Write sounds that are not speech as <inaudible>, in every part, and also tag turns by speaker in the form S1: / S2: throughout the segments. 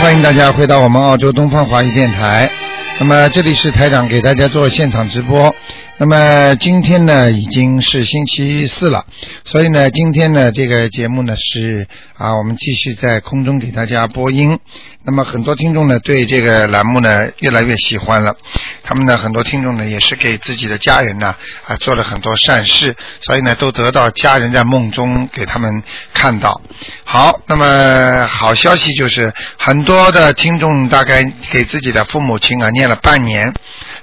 S1: 欢迎大家回到我们澳洲东方华语电台。那么这里是台长给大家做现场直播。那么今天呢已经是星期四了，所以呢今天呢这个节目呢是啊我们继续在空中给大家播音。那么很多听众呢对这个栏目呢越来越喜欢了，他们呢很多听众呢也是给自己的家人呢啊做了很多善事，所以呢都得到家人在梦中给他们看到。好，那么好消息就是很多的听众大概给自己的父母亲啊念了半年，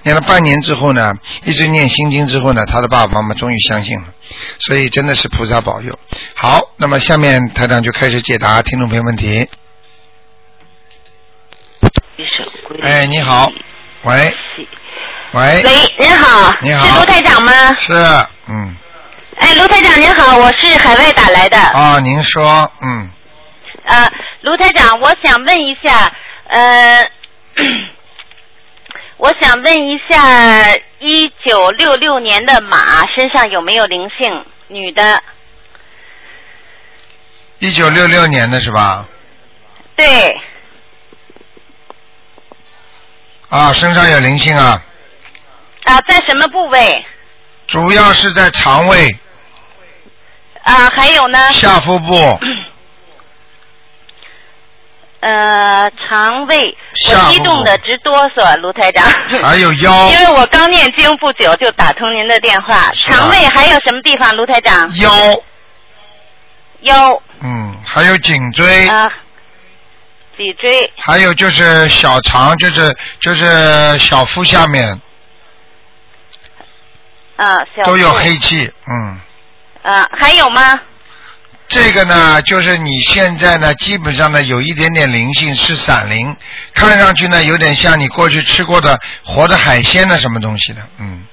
S1: 念了半年之后呢，一直念心经之后呢，他的爸爸妈妈终于相信了，所以真的是菩萨保佑。好，那么下面台长就开始解答听众朋友问题。哎，你好，喂，喂，
S2: 喂，您好，
S1: 你
S2: 是
S1: 好
S2: 卢，台长吗？
S1: 是，嗯，
S2: 哎，卢台长您好，我是海外打来的。
S1: 啊，您说，嗯，
S2: 呃，卢台长，我想问一下，呃， <clears throat> 我想问一下，一九六六年的马身上有没有灵性？女的，
S1: 一九六六年的是吧？
S2: 对，
S1: 啊，身上有灵性啊，
S2: 啊、在什么部位？
S1: 主要是在肠胃、
S2: 啊、还有呢？
S1: 下腹部、
S2: 呃，肠胃，
S1: 下
S2: 我
S1: 腹
S2: 激动的直哆嗦，卢台长。
S1: 还有腰
S2: 因为我刚念经不久就打通您的电话，
S1: 是吧
S2: 肠胃还有什么地方，卢台长？
S1: 腰，
S2: 腰
S1: 嗯，还有颈椎，
S2: 啊，脊椎
S1: 还有就是小肠，就是就是小腹下面
S2: 啊，小
S1: 都有
S2: 腹
S1: 黑气，嗯。
S2: 啊，还有吗？
S1: 这个呢，就是你现在呢，基本上呢有一点点灵性，是散灵，看上去呢有点像你过去吃过的活的海鲜的什么东西的，嗯，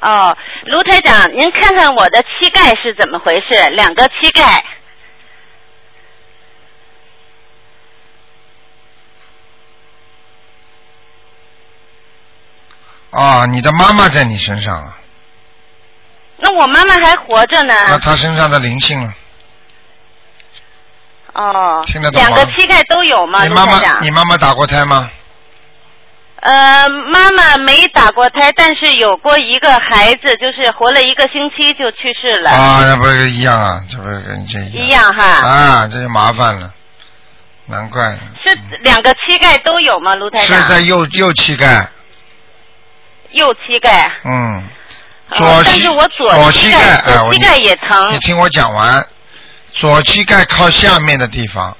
S2: 哦，卢台长，您看看我的膝盖是怎么回事？两个膝盖
S1: 啊，你的妈妈在你身上啊了，
S2: 那我妈妈还活着呢。
S1: 那她身上的灵性了，
S2: 哦
S1: 听得，懂吗
S2: 两个膝盖都有吗？
S1: 你
S2: 卢
S1: 妈
S2: 台
S1: 妈
S2: 长
S1: 你。妈妈打过胎吗？
S2: 呃，妈妈没打过胎，但是有过一个孩子，就是活了一个星期就去世了，
S1: 啊，那不是一样啊，这不是跟这
S2: 一样哈。
S1: 啊，这就麻烦了，难怪了，
S2: 是两个膝盖都有吗？卢台
S1: 是
S2: 长。
S1: 在右右膝盖，
S2: 右膝盖。
S1: 嗯，
S2: 哦
S1: 左
S2: 但
S1: 膝
S2: 是我左
S1: 左
S2: 膝
S1: 膝盖哎
S2: 左
S1: 我
S2: 膝盖也疼
S1: 你。听我讲完，左膝盖靠下面的地方，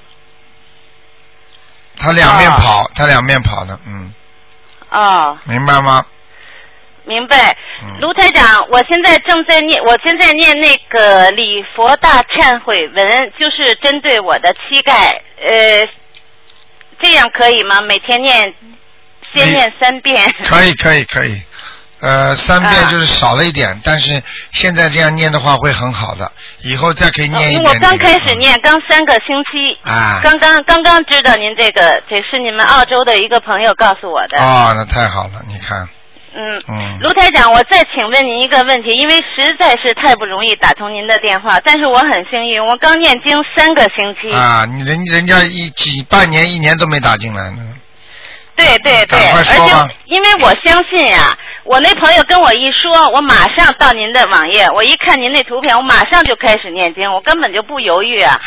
S1: 他两面跑，
S2: 啊
S1: 他两面跑的，嗯，
S2: 哦，
S1: 明白吗？
S2: 明白
S1: 嗯。
S2: 卢台长，我现在正在念，我现在念那个礼佛大忏悔文，就是针对我的膝盖。呃，这样可以吗？每天念，先
S1: 你
S2: 念三遍。
S1: 可以，可以，可以。呃，三遍
S2: 啊
S1: 就是少了一点，但是现在这样念的话会很好的，以后再可以
S2: 哦
S1: 念一
S2: 因
S1: 点
S2: 为我
S1: 点、
S2: 刚开始
S1: 嗯
S2: 念，刚三个星期。
S1: 啊，
S2: 刚刚刚刚知道您这个，这是你们澳洲的一个朋友告诉我的。
S1: 哦，那太好了，你看，
S2: 嗯，
S1: 嗯，
S2: 卢台长，我再请问您一个问题，因为实在是太不容易打通您的电话，但是我很幸运，我刚念经三个星期。
S1: 啊，你人人家一几半年一年都没打进来
S2: <laughs>
S1: 呢，
S2: 对对对，
S1: 赶快
S2: 而
S1: 说吧
S2: 且因为我相信呀、我那朋友跟我一说，我马上到您的网页，我一看您那图片，我马上就开始念经，我根本就不犹豫啊。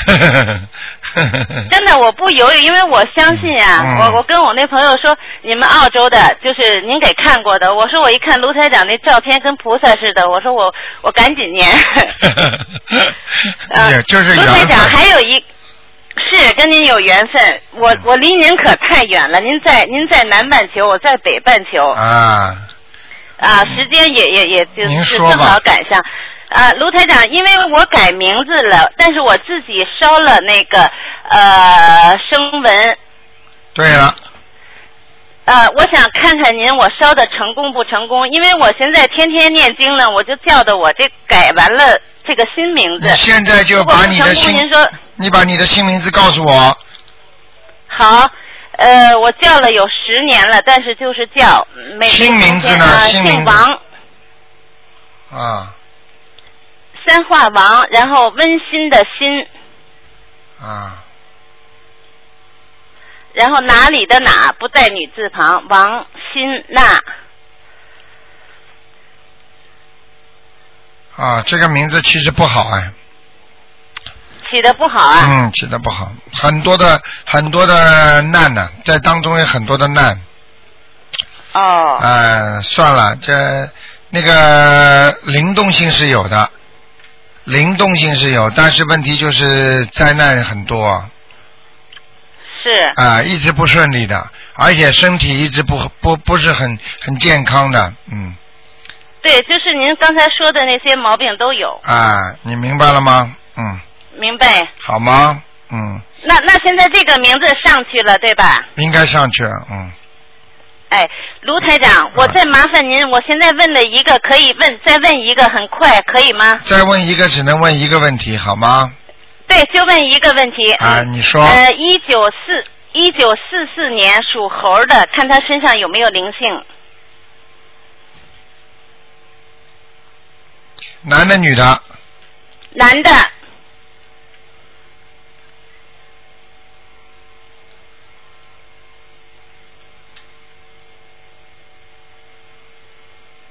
S2: 真的，我不犹豫，因为我相信啊，
S1: 嗯
S2: 我我跟我那朋友说，你们澳洲的，就是您给看过的，我说我一看卢台长那照片跟菩萨似的，我说我我赶紧念。呃
S1: 也就是
S2: 卢
S1: 缘
S2: 台长，
S1: 分，
S2: 还有一是跟您有缘分，我
S1: 嗯
S2: 我离您可太远了，您在您在南半球，我在北半球啊
S1: 啊，
S2: 时间也也也就
S1: 您
S2: 是
S1: 说吧
S2: 正好赶上。啊，卢台长，因为我改名字了，但是我自己烧了那个呃声纹，
S1: 对了，
S2: 嗯呃，我想看看您我烧的成功不成功，因为我现在天天念经呢，我就叫的我这改完了这个新名字
S1: 你。现在就
S2: 如果
S1: 把
S2: 不
S1: 你
S2: 成
S1: 的
S2: 功，
S1: 新，
S2: 您说
S1: 你把你的新名字告诉我，
S2: 好，呃，我叫了有十年了，但是就是叫嗯没
S1: 新名字呢
S2: 呃
S1: 新名
S2: 姓
S1: 字
S2: 王，
S1: 啊
S2: 三画王，然后温馨的馨，
S1: 啊，
S2: 然后哪里的哪不带女字旁，王新娜。
S1: 啊，这个名字其实不好哎。
S2: 起的不好啊。
S1: 嗯，起的不好，很多的很多的难呢、在当中有很多的难。
S2: 哦，
S1: 呃，算了，这那个灵动性是有的，灵动性是有，但是问题就是灾难很多啊、
S2: 是
S1: 一直不顺利的，而且身体一直不不不是很很健康的，嗯
S2: 对，就是您刚才说的那些毛病都有，
S1: 啊、你明白了吗？嗯，
S2: 明白？
S1: 好吗？嗯，
S2: 那那现在这个名字上去了，对吧？
S1: 应该上去了，嗯，
S2: 哎，卢台
S1: 啊
S2: 长，我再麻烦您，我现在问了一个，可以问再问一个，很快可以吗？
S1: 再问一个只能问一个问题，好吗？
S2: 对，就问一个问题。
S1: 啊、你说，
S2: 呃，一九四一九四四年属猴的，看他身上有没有灵性，
S1: 男的女的，
S2: 男的，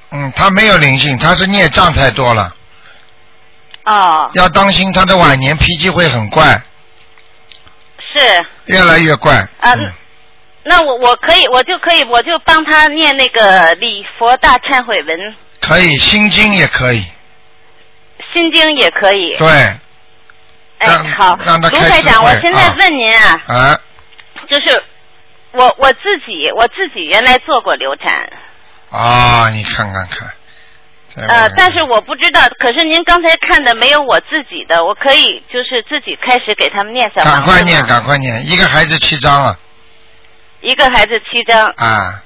S1: 嗯，他没有灵性，他是孽障太多了，
S2: 哦，
S1: 要当心他的晚年脾气会很怪，
S2: 是，
S1: 越来越怪。
S2: 啊
S1: 嗯
S2: 那我我可以，我就可以，我就帮他念那个礼佛大忏悔文，
S1: 可以，心经也可以，
S2: 心经也可以。
S1: 对，
S2: 哎
S1: 让，
S2: 好，
S1: 让他
S2: 卢
S1: 开
S2: 台
S1: 智
S2: 长，
S1: 慧
S2: 我现在
S1: 啊
S2: 问您啊，
S1: 啊，
S2: 就是我我自己我自己原来做过流产，
S1: 啊、你看看看，再问
S2: 呃
S1: 问，
S2: 但是我不知道，可是您刚才看的没有我自己的，我可以就是自己开始给他们念小
S1: 赶
S2: 房子
S1: 快
S2: 吗
S1: 念，赶快念，一个孩子七张啊，
S2: 一个孩子七张，
S1: 啊，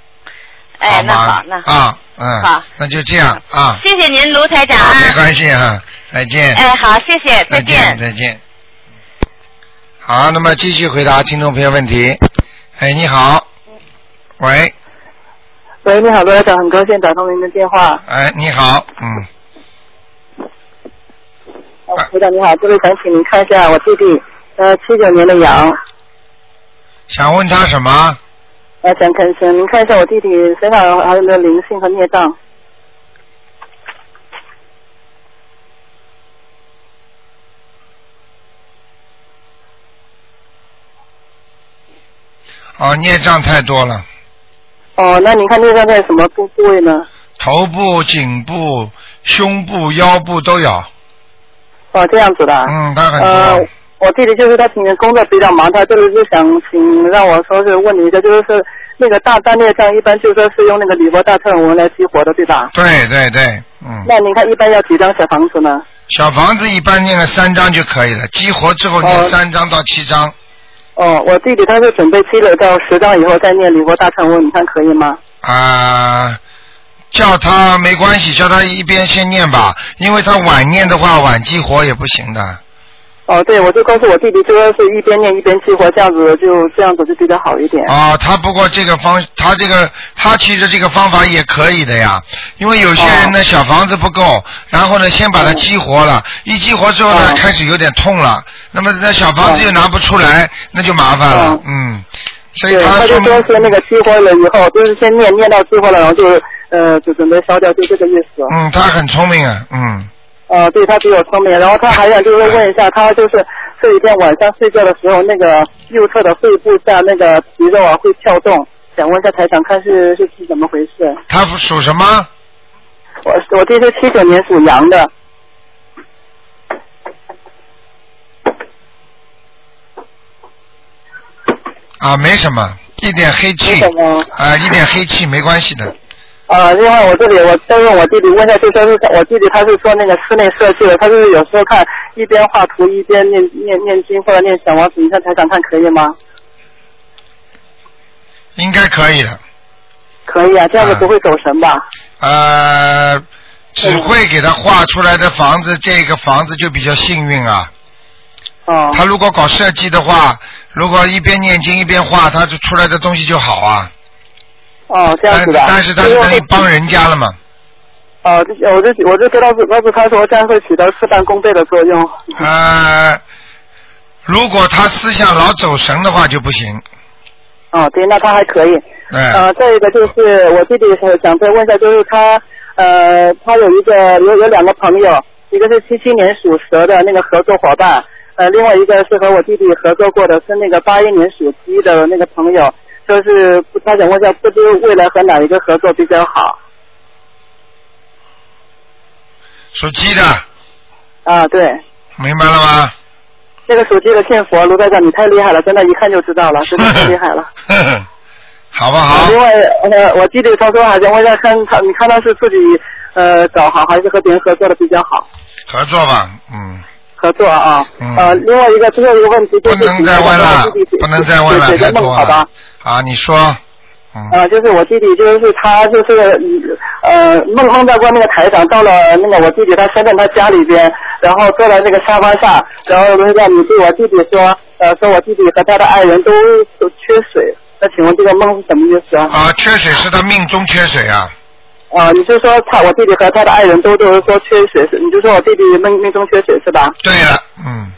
S2: 哎，那
S1: 吗
S2: 好，那好，
S1: 啊，嗯，
S2: 好，
S1: 那就这样啊，
S2: 谢谢您，卢台长啊，
S1: 没关系啊，再见，
S2: 哎，好，谢谢，
S1: 再见，再见。好，那么继续回答听众朋友问题。哎，你好，喂，
S3: 喂，你好，罗校长，很高兴打通您的电话。
S1: 哎，你好，嗯，
S3: 呃
S1: 啊
S3: 罗长你好，这位想请您看一下我弟弟，呃，七九年的羊，
S1: 想问他什么？
S3: 呃，想看请您看一下我弟弟身上还有没有灵性和孽障。
S1: 哦，孽障太多了，
S3: 哦，那您看孽障在什么部部位呢？
S1: 头部、颈部、胸部、腰部都有。
S3: 哦，这样子的啊。
S1: 嗯，他很多。
S3: 啊呃，我弟弟就是他平时工作比较忙，他就是就想请让我说是问你一下，就是说那个大大孽障一般就是说是用那个李波大忏文来激活的，对吧？
S1: 对对对，嗯，
S3: 那您看一般要几张小房子呢？
S1: 小房子一般念个三张就可以了，激活之后念
S3: 哦
S1: 三张到七张，
S3: 哦，我弟弟他是准备积累到十张以后再念李波大忏文，你看可以吗？
S1: 啊、叫他没关系，叫他一边先念吧，因为他晚念的话，晚激活也不行的。
S3: 哦，对，我就告诉我弟弟，就说是一边念一边激活，这样子就这样子就比较好一点。
S1: 啊，他不过这个方，他这个他其实这个方法也可以的呀，因为有些人
S3: 哦
S1: 呢小房子不够，然后呢先把它激活了，一激活之后呢
S3: 哦
S1: 开始有点痛了，那么那小房子又拿不出来，那就麻烦了
S3: 哦，
S1: 嗯，所以
S3: 对，他就
S1: 说
S3: 说是那个激活了以后，就是先念念到激活了，然后就呃就准备烧掉，就这个意思。
S1: 嗯，他很聪明啊，嗯，
S3: 呃，对他比我聪明，然后他还想就是问一下，他就是这一天晚上睡觉的时候，那个右侧的肺部下那个肌肉啊会跳动，想问一下台长看是是是怎么回事？
S1: 他属什么？
S3: 我我弟是七九年属羊的，
S1: 啊，没什么，一点黑
S3: 你
S1: 气
S3: 怎，么？
S1: 啊，一点黑气没关系的，
S3: 呃，另外我这里我再问我弟弟问一下，就说是我弟弟他是做那个室内设计的，他就是有时候看一边画图一边念念念经或者念小王子，你看台长看可以吗？
S1: 应该可以的，
S3: 可以啊，这样子不会走神吧？
S1: 呃，只会给他画出来的房子，这个房子就比较幸运啊。
S3: 哦、
S1: 他如果搞设计的话，如果一边念经一边画，他就出来的东西就好啊。
S3: 哦，这样
S1: 但
S3: 子的。
S1: 但是他
S3: 因
S1: 是
S3: 为我
S1: 等于帮人家了嘛，
S3: 哦，这我就我就知道是，告诉他说这样会起到事半功倍的作用。
S1: 呃，如果他思想老走神的话就不行，
S3: 哦，对，那他还可以。
S1: 哎，
S3: 呃，再一个就是我弟弟想再问一下，就是他呃，他有一个有有两个朋友，一个是七七年属蛇的那个合作伙伴，呃，另外一个是和我弟弟合作过的是那个八一年属鸡的那个朋友，就是不他想问一下，不知未来和哪一个合作比较好？
S1: 属鸡的，
S3: 啊，对，
S1: 明白了吗？
S3: 那个属鸡的信佛，卢台长你太厉害了，真的，一看就知道了，真的太厉害了。
S1: <laughs> 好不好
S3: 另？外，呃，我弟弟他说还想问一下，看他你看他是自己呃找好，还是和别人合作的比较好？
S1: 合作吧，嗯，
S3: 合作啊，
S1: 嗯
S3: 呃，另外一个最后一个问题就
S1: 不
S3: 是
S1: 能再问了
S3: 我弟弟，
S1: 不能再问了，
S3: 解
S1: 太
S3: 决
S1: 多
S3: 梦好
S1: 了
S3: 吧？。
S1: 好，啊你说，嗯，
S3: 呃，就是我弟弟，就是他就是呃梦梦到过那个台长，到了那个我弟弟他深圳他家里边，然后坐在那个沙发上，然后轮到你对我弟弟说，呃，说我弟弟和他的爱人都都缺水，那请问这个梦是什么意思啊？
S1: 啊，缺水是他命中缺水啊，
S3: 啊、你是说他我弟弟和他的爱人都都是说缺水是？你就说我弟弟命命中缺水是吧？
S1: 对了，嗯，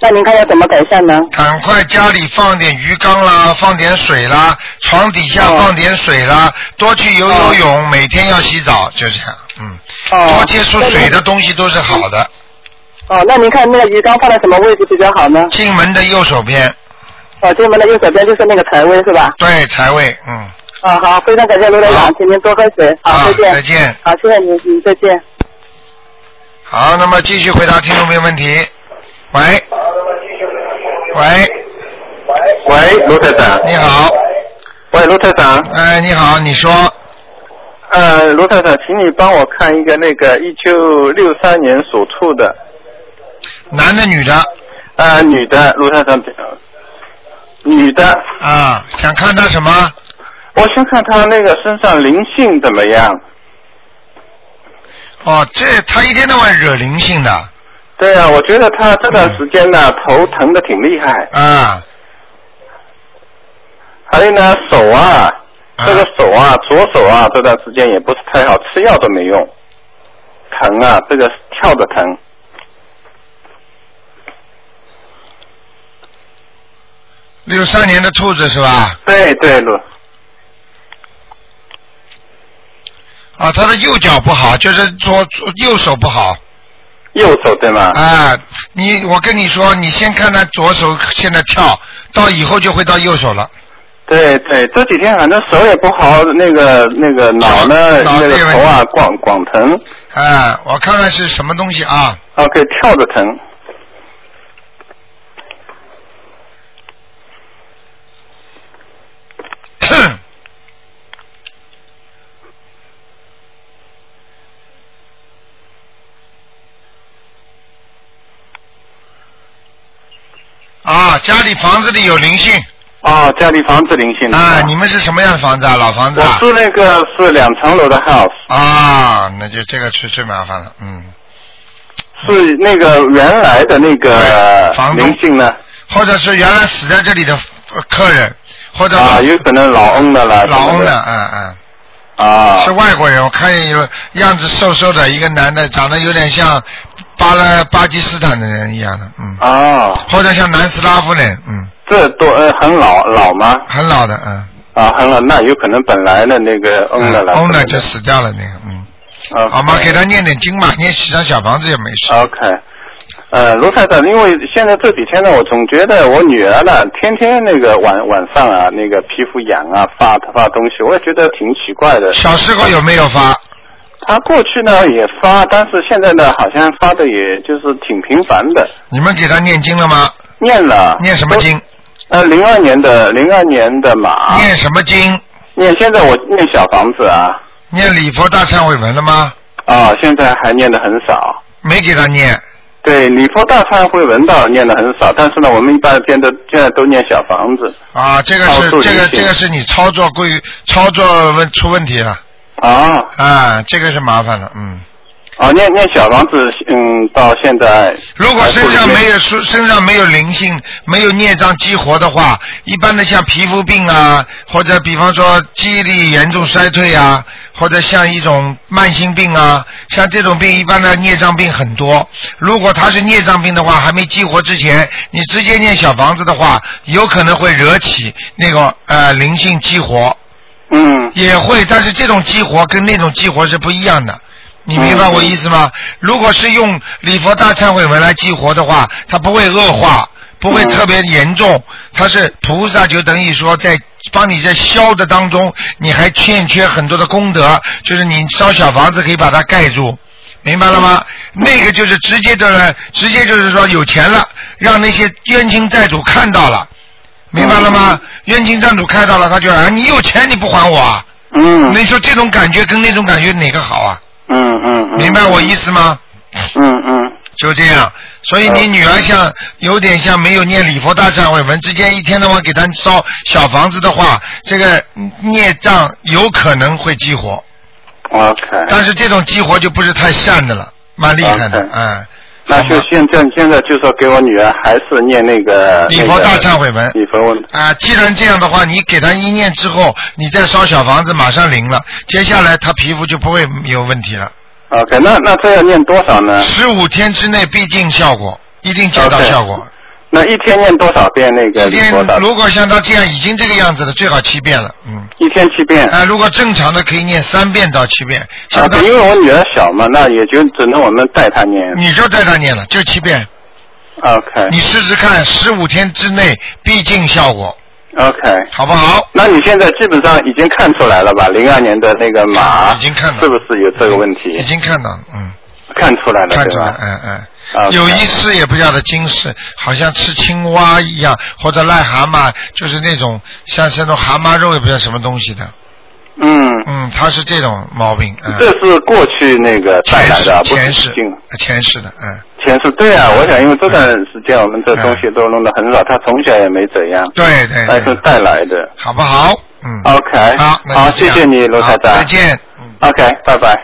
S3: 那您看要怎么改善呢？
S1: 赶快家里放点鱼缸啦，放点水啦，床底下
S3: 哦
S1: 放点水啦，多去游游泳，每天要洗澡，就这样，嗯，
S3: 哦，
S1: 多接触水的东西都是好的，
S3: 哦，那您看那个鱼缸放在什么位置比较好呢？
S1: 进门的右手边，
S3: 哦，这门的右手边就是那个财位是吧？
S1: 对，财位，嗯，
S3: 啊，好，非常感谢罗台
S1: 好
S3: 长，请您多喝水。好，
S1: 啊
S3: 再，见。
S1: 再见。
S3: 好，谢谢您，嗯，再见。
S1: 好，那么继续回答听众朋友问题。喂，喂，
S4: 喂，卢台长。
S1: 你好，
S4: 喂，卢台长。
S1: 哎，你好，你说
S4: 呃，卢台长，请你帮我看一个那个一九六三年属兔的，
S1: 男的女的
S4: 呃，女的，卢台长，女的，
S1: 啊？想看他什么？
S4: 我先看她那个身上灵性怎么样。
S1: 哦，这他一天到晚惹灵性的
S4: 对啊，我觉得她这段时间呢，头疼的挺厉害，
S1: 啊
S4: 还有呢，手啊，
S1: 啊
S4: 这个手啊，左手啊，这段时间也不是太好，吃药都没用，疼啊，这个跳着疼。
S1: 六三年的兔子是吧？
S4: 对对，卢，
S1: 啊，他的右脚不好，就是左左右手不好
S4: 右手对吗？
S1: 啊。你我跟你说，你先看他左手现在跳，到以后就会到右手了。
S4: 对对，这几天反正手也不好，那个那个脑呢，
S1: 脑
S4: 那
S1: 子也
S4: 个头啊，广广疼，
S1: 啊，我看看是什么东西啊？
S4: 啊，可以跳着疼。
S1: 啊，家里房子里有灵性
S4: 哦，家里房子灵性的
S1: 啊！你们是什么样的房子啊？老房子
S4: 我
S1: 啊？
S4: 住那个是两层楼的 house，
S1: 啊，那就这个是最麻烦了，嗯。
S4: 是那个原来的那个
S1: 对房东
S4: 灵性呢，
S1: 或者是原来死在这里的呃客人，或者
S4: 啊，有可能老翁的了，
S1: 老翁
S4: 什么
S1: 的，
S4: 的
S1: 嗯嗯。
S4: 啊，
S1: 是外国人，我看见有样子瘦瘦的一个男的，长得有点像巴拉巴基斯坦的人一样的，嗯，
S4: 啊，
S1: 或者像南斯拉夫人，嗯，
S4: 这多呃很老老吗？
S1: 很老的，嗯，
S4: 啊，很老，那有可能本来的那个翁的啊
S1: 嗯
S4: 了，
S1: 翁的
S4: 什么
S1: 就死掉了那个，嗯，
S4: OK
S1: 好吗？给他念点经嘛，念几张小房子也没事。
S4: OK，呃，卢太太，因为现在这几天呢，我总觉得我女儿呢，天天那个晚晚上啊，那个皮肤痒啊，发发东西，我也觉得挺奇怪的。
S1: 小时候有没有发？
S4: 她过去呢也发，但是现在呢，好像发的也就是挺频繁的。
S1: 你们给他念经了吗？
S4: 念了。
S1: 念什么经？？
S4: 呃，零二年的零二年的马。
S1: 念什么经？
S4: 念，现在我念小房子啊，
S1: 念礼佛大忏悔文了吗？
S4: 啊、现在还念的很少。
S1: 没给他念。
S4: 对，礼佛大忏悔文道念的很少，但是呢，我们一般现在现在都念小房子。
S1: 啊，这个是
S4: 哦注意
S1: 这个
S4: 一下
S1: 这个是你操作过于操作问出问题了
S4: 啊，
S1: 啊，这个是麻烦了，嗯，
S4: 啊，念念小房子，嗯，到现在。
S1: 如果身上没有身身上没有灵性，没有孽障激活的话，一般的像皮肤病啊，或者比方说记忆力严重衰退啊，或者像一种慢性病啊，像这种病一般的孽障病很多。如果他是孽障病的话，还没激活之前，你直接念小房子的话，有可能会惹起那个呃灵性激活。
S4: 嗯。
S1: 也会，但是这种激活跟那种激活是不一样的。你明白我意思吗？如果是用礼佛大忏悔文来激活的话，它不会恶化，不会特别严重，它是菩萨就等于说在帮你在消的当中，你还欠缺很多的功德，就是你烧小房子可以把它盖住。明白了吗？那个就是直接的，直接就是说有钱了，让那些冤亲债主看到了，明白了吗？冤亲债主看到了，他就啊，你有钱你不还我啊？
S4: 嗯。
S1: 你说这种感觉跟那种感觉哪个好啊？
S4: 嗯嗯嗯。
S1: 明白我意思吗？
S4: 嗯嗯。
S1: 就这样，所以你女儿像有点像没有念礼佛大忏悔文，之间一天到晚给她烧小房子的话，这个孽障有可能会激活，
S4: OK。
S1: 但是这种激活就不是太善的了，蛮厉害的
S4: OK，
S1: 嗯。
S4: 那就现在现在就说给我女儿还是念那个
S1: 礼佛大忏悔文
S4: 那个礼佛文
S1: 啊，既然这样的话，你给她一念之后，你再烧小房子，马上灵了，接下来她皮肤就不会有问题了。
S4: OK，那那这要念多少呢？
S1: 十五天之内必定效果，一定见到
S4: OK
S1: 效果。
S4: 那一天念多少遍那个
S1: 一
S4: 礼
S1: 天
S4: 佛大？
S1: 如果像她这样已经这个样子了，最好七遍了，嗯。
S4: 一天七遍。
S1: 啊、如果正常的可以念三遍到七遍，
S4: 啊
S1: 像他，
S4: 因为我女儿小嘛，那也就只能我们带她念。
S1: 你就带他念了，就七遍，
S4: OK
S1: 你试试看，十五天之内必尽效果，
S4: OK，
S1: 好不好？
S4: 那你现在基本上已经看出来了吧？零二年的那个马
S1: 已经看到了
S4: 是不是有这个问题
S1: 已？经看到了，嗯，
S4: 看出来了，
S1: 看
S4: 对
S1: 出来，
S4: 吧？
S1: 嗯嗯。
S4: 啊，
S1: 有一
S4: 一
S1: 次也不晓得今世，好像吃青蛙一样，或者癞蛤蟆，就是那种像像那种蛤蟆肉，也不知道什么东西的。
S4: 嗯，
S1: 嗯，他是这种毛病，嗯，
S4: 这是过去那个带
S1: 前
S4: 来的，啊
S1: 世
S4: 不是
S1: 前世
S4: 近
S1: 呃前世的，嗯，嗯
S4: 前世对啊，我想因为这段时间我们这东西都弄得很少，他从小也没怎样，
S1: 对对
S4: 但哎是
S1: 对，
S4: 带来的。
S1: 好不好？嗯，
S4: OK，
S1: 哎好，那就
S4: 好，
S1: 这
S4: 谢
S1: 样
S4: 谢你，罗
S1: 好
S4: 台长，
S1: 再。见。嗯
S4: OK，拜拜。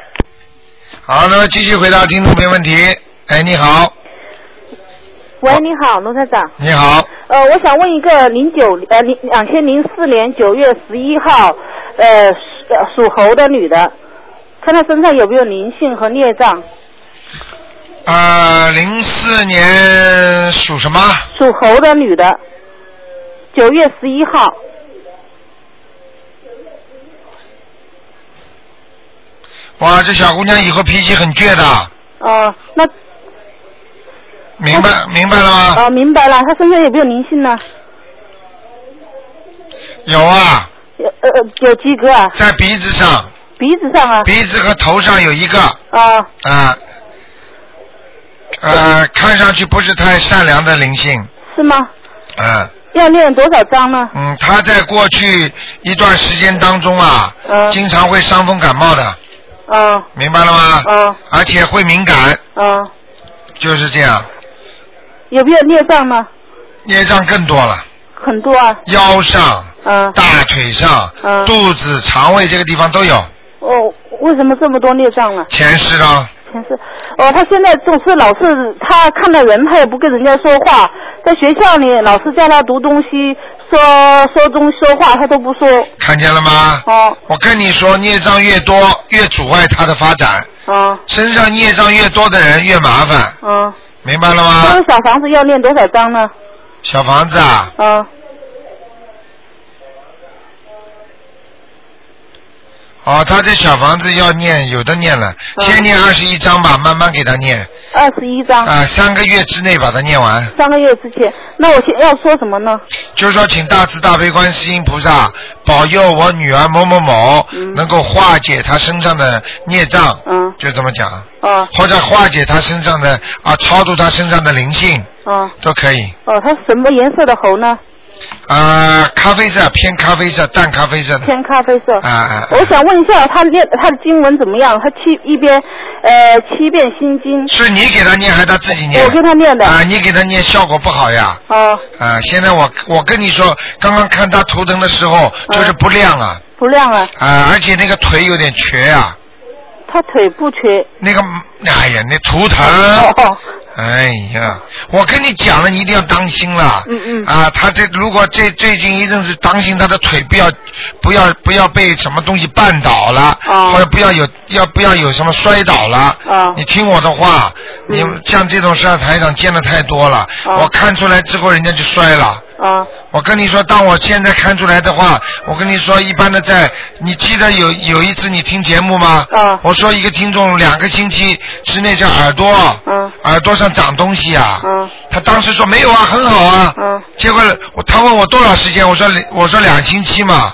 S1: 好，那么继续回答听众朋友问题。哎，你好，
S5: 喂，你好，罗台长。
S1: 你好，
S5: 呃，我想问一个零九呃零两千零四年九月十一号，呃属呃属猴的女的，看她身上有没有灵性和孽障。
S1: 呃，零四年属什么？
S5: 属猴的女的，九月十一号，
S1: 哇，这小姑娘以后脾气很倔的，
S5: 哦、那
S1: 明白明白了吗？
S5: 哦、明白了，她身上有没有灵性呢？
S1: 有啊，
S5: 有呃呃有几个啊？
S1: 在鼻子上，
S5: 鼻子上啊？
S1: 鼻子和头上有一个啊、
S5: 啊、
S1: 呃，看上去不是太善良的灵性，
S5: 是吗？
S1: 嗯、
S5: 要念多少章呢？
S1: 嗯，她在过去一段时间当中啊，
S5: 嗯
S1: 经常会伤风感冒的，
S5: 哦
S1: 明白了吗？
S5: 哦
S1: 而且会敏感，
S5: 哦，
S1: 就是这样。
S5: 有没有孽障呢？
S1: 孽障更多了，
S5: 很多啊，
S1: 腰上、
S5: 嗯、
S1: 大腿上、
S5: 嗯
S1: 肚子、肠胃这个地方都有
S5: 哦，为什么这么多孽障啊？
S1: 前世呢。
S5: 前世，哦，他现在总是老是他看到人，他也不跟人家说话，在学校里老师叫他读东西，说说东说话，他都不说。
S1: 看见了吗？
S5: 哦
S1: 我跟你说，孽障越多，越阻碍他的发展。
S5: 哦
S1: 身上孽障越多的人越麻烦，
S5: 哦，
S1: 明白了
S5: 那
S1: 吗？
S5: 个小房子要念多少章呢？
S1: 小房子啊，
S5: 哦
S1: 哦，他这小房子要念，有的念了，
S5: 嗯
S1: 先念二十一章吧，慢慢给他念，
S5: 二十一章，
S1: 啊、三个月之内把它念完。
S5: 三个月之前。那我现要说什么呢？
S1: 就是说，请大慈大悲观世音菩萨保佑我女儿某某某
S5: 嗯
S1: 能够化解她身上的孽障，
S5: 嗯
S1: 就这么讲，
S5: 哦
S1: 或者化解她身上的啊，超度她身上的灵性
S5: 哦
S1: 都可以。
S5: 哦，他什么颜色的猴呢？
S1: 啊、咖啡色偏咖啡色，淡咖啡色的，
S5: 偏咖啡色。
S1: 啊啊
S5: 我想问一下，他念他的经文怎么样？他七一边，呃，七遍心经，
S1: 是你给她念还是她自己念？
S5: 我给她念的。
S1: 啊、你给她念效果不好呀。
S5: 哦，
S1: 啊、现在我我跟你说，刚刚看她图腾
S5: 嗯
S1: 的时候，就是不亮啊，
S5: 不亮啊。
S1: 啊、而且那个腿有点瘸啊，
S5: 她腿不缺。
S1: 那个，哎呀，那图腾，
S5: <laughs> 哦，
S1: 哎呀，我跟你讲了，你一定要当心了。
S5: 嗯嗯
S1: 啊，他这如果这最近一阵子当心他的腿不要不要不要被什么东西绊倒了，
S5: 哦
S1: 或者不要有要不要有什么摔倒了。
S5: 哦嗯
S1: 你听我的话，你像这种事儿台长见的太多了，
S5: 哦
S1: 我看出来之后人家就摔了。
S5: 啊
S1: 我跟你说，当我现在看出来的话，我跟你说，一般的在，你记得有有一次你听节目吗？
S5: 啊
S1: 我说一个听众两个星期之内这耳朵，
S5: 嗯
S1: 耳朵上长东西啊。
S5: 嗯
S1: 他当时说没有啊，很好啊。
S5: 嗯
S1: 结果我他问我多少时间，我说两我说两星期嘛。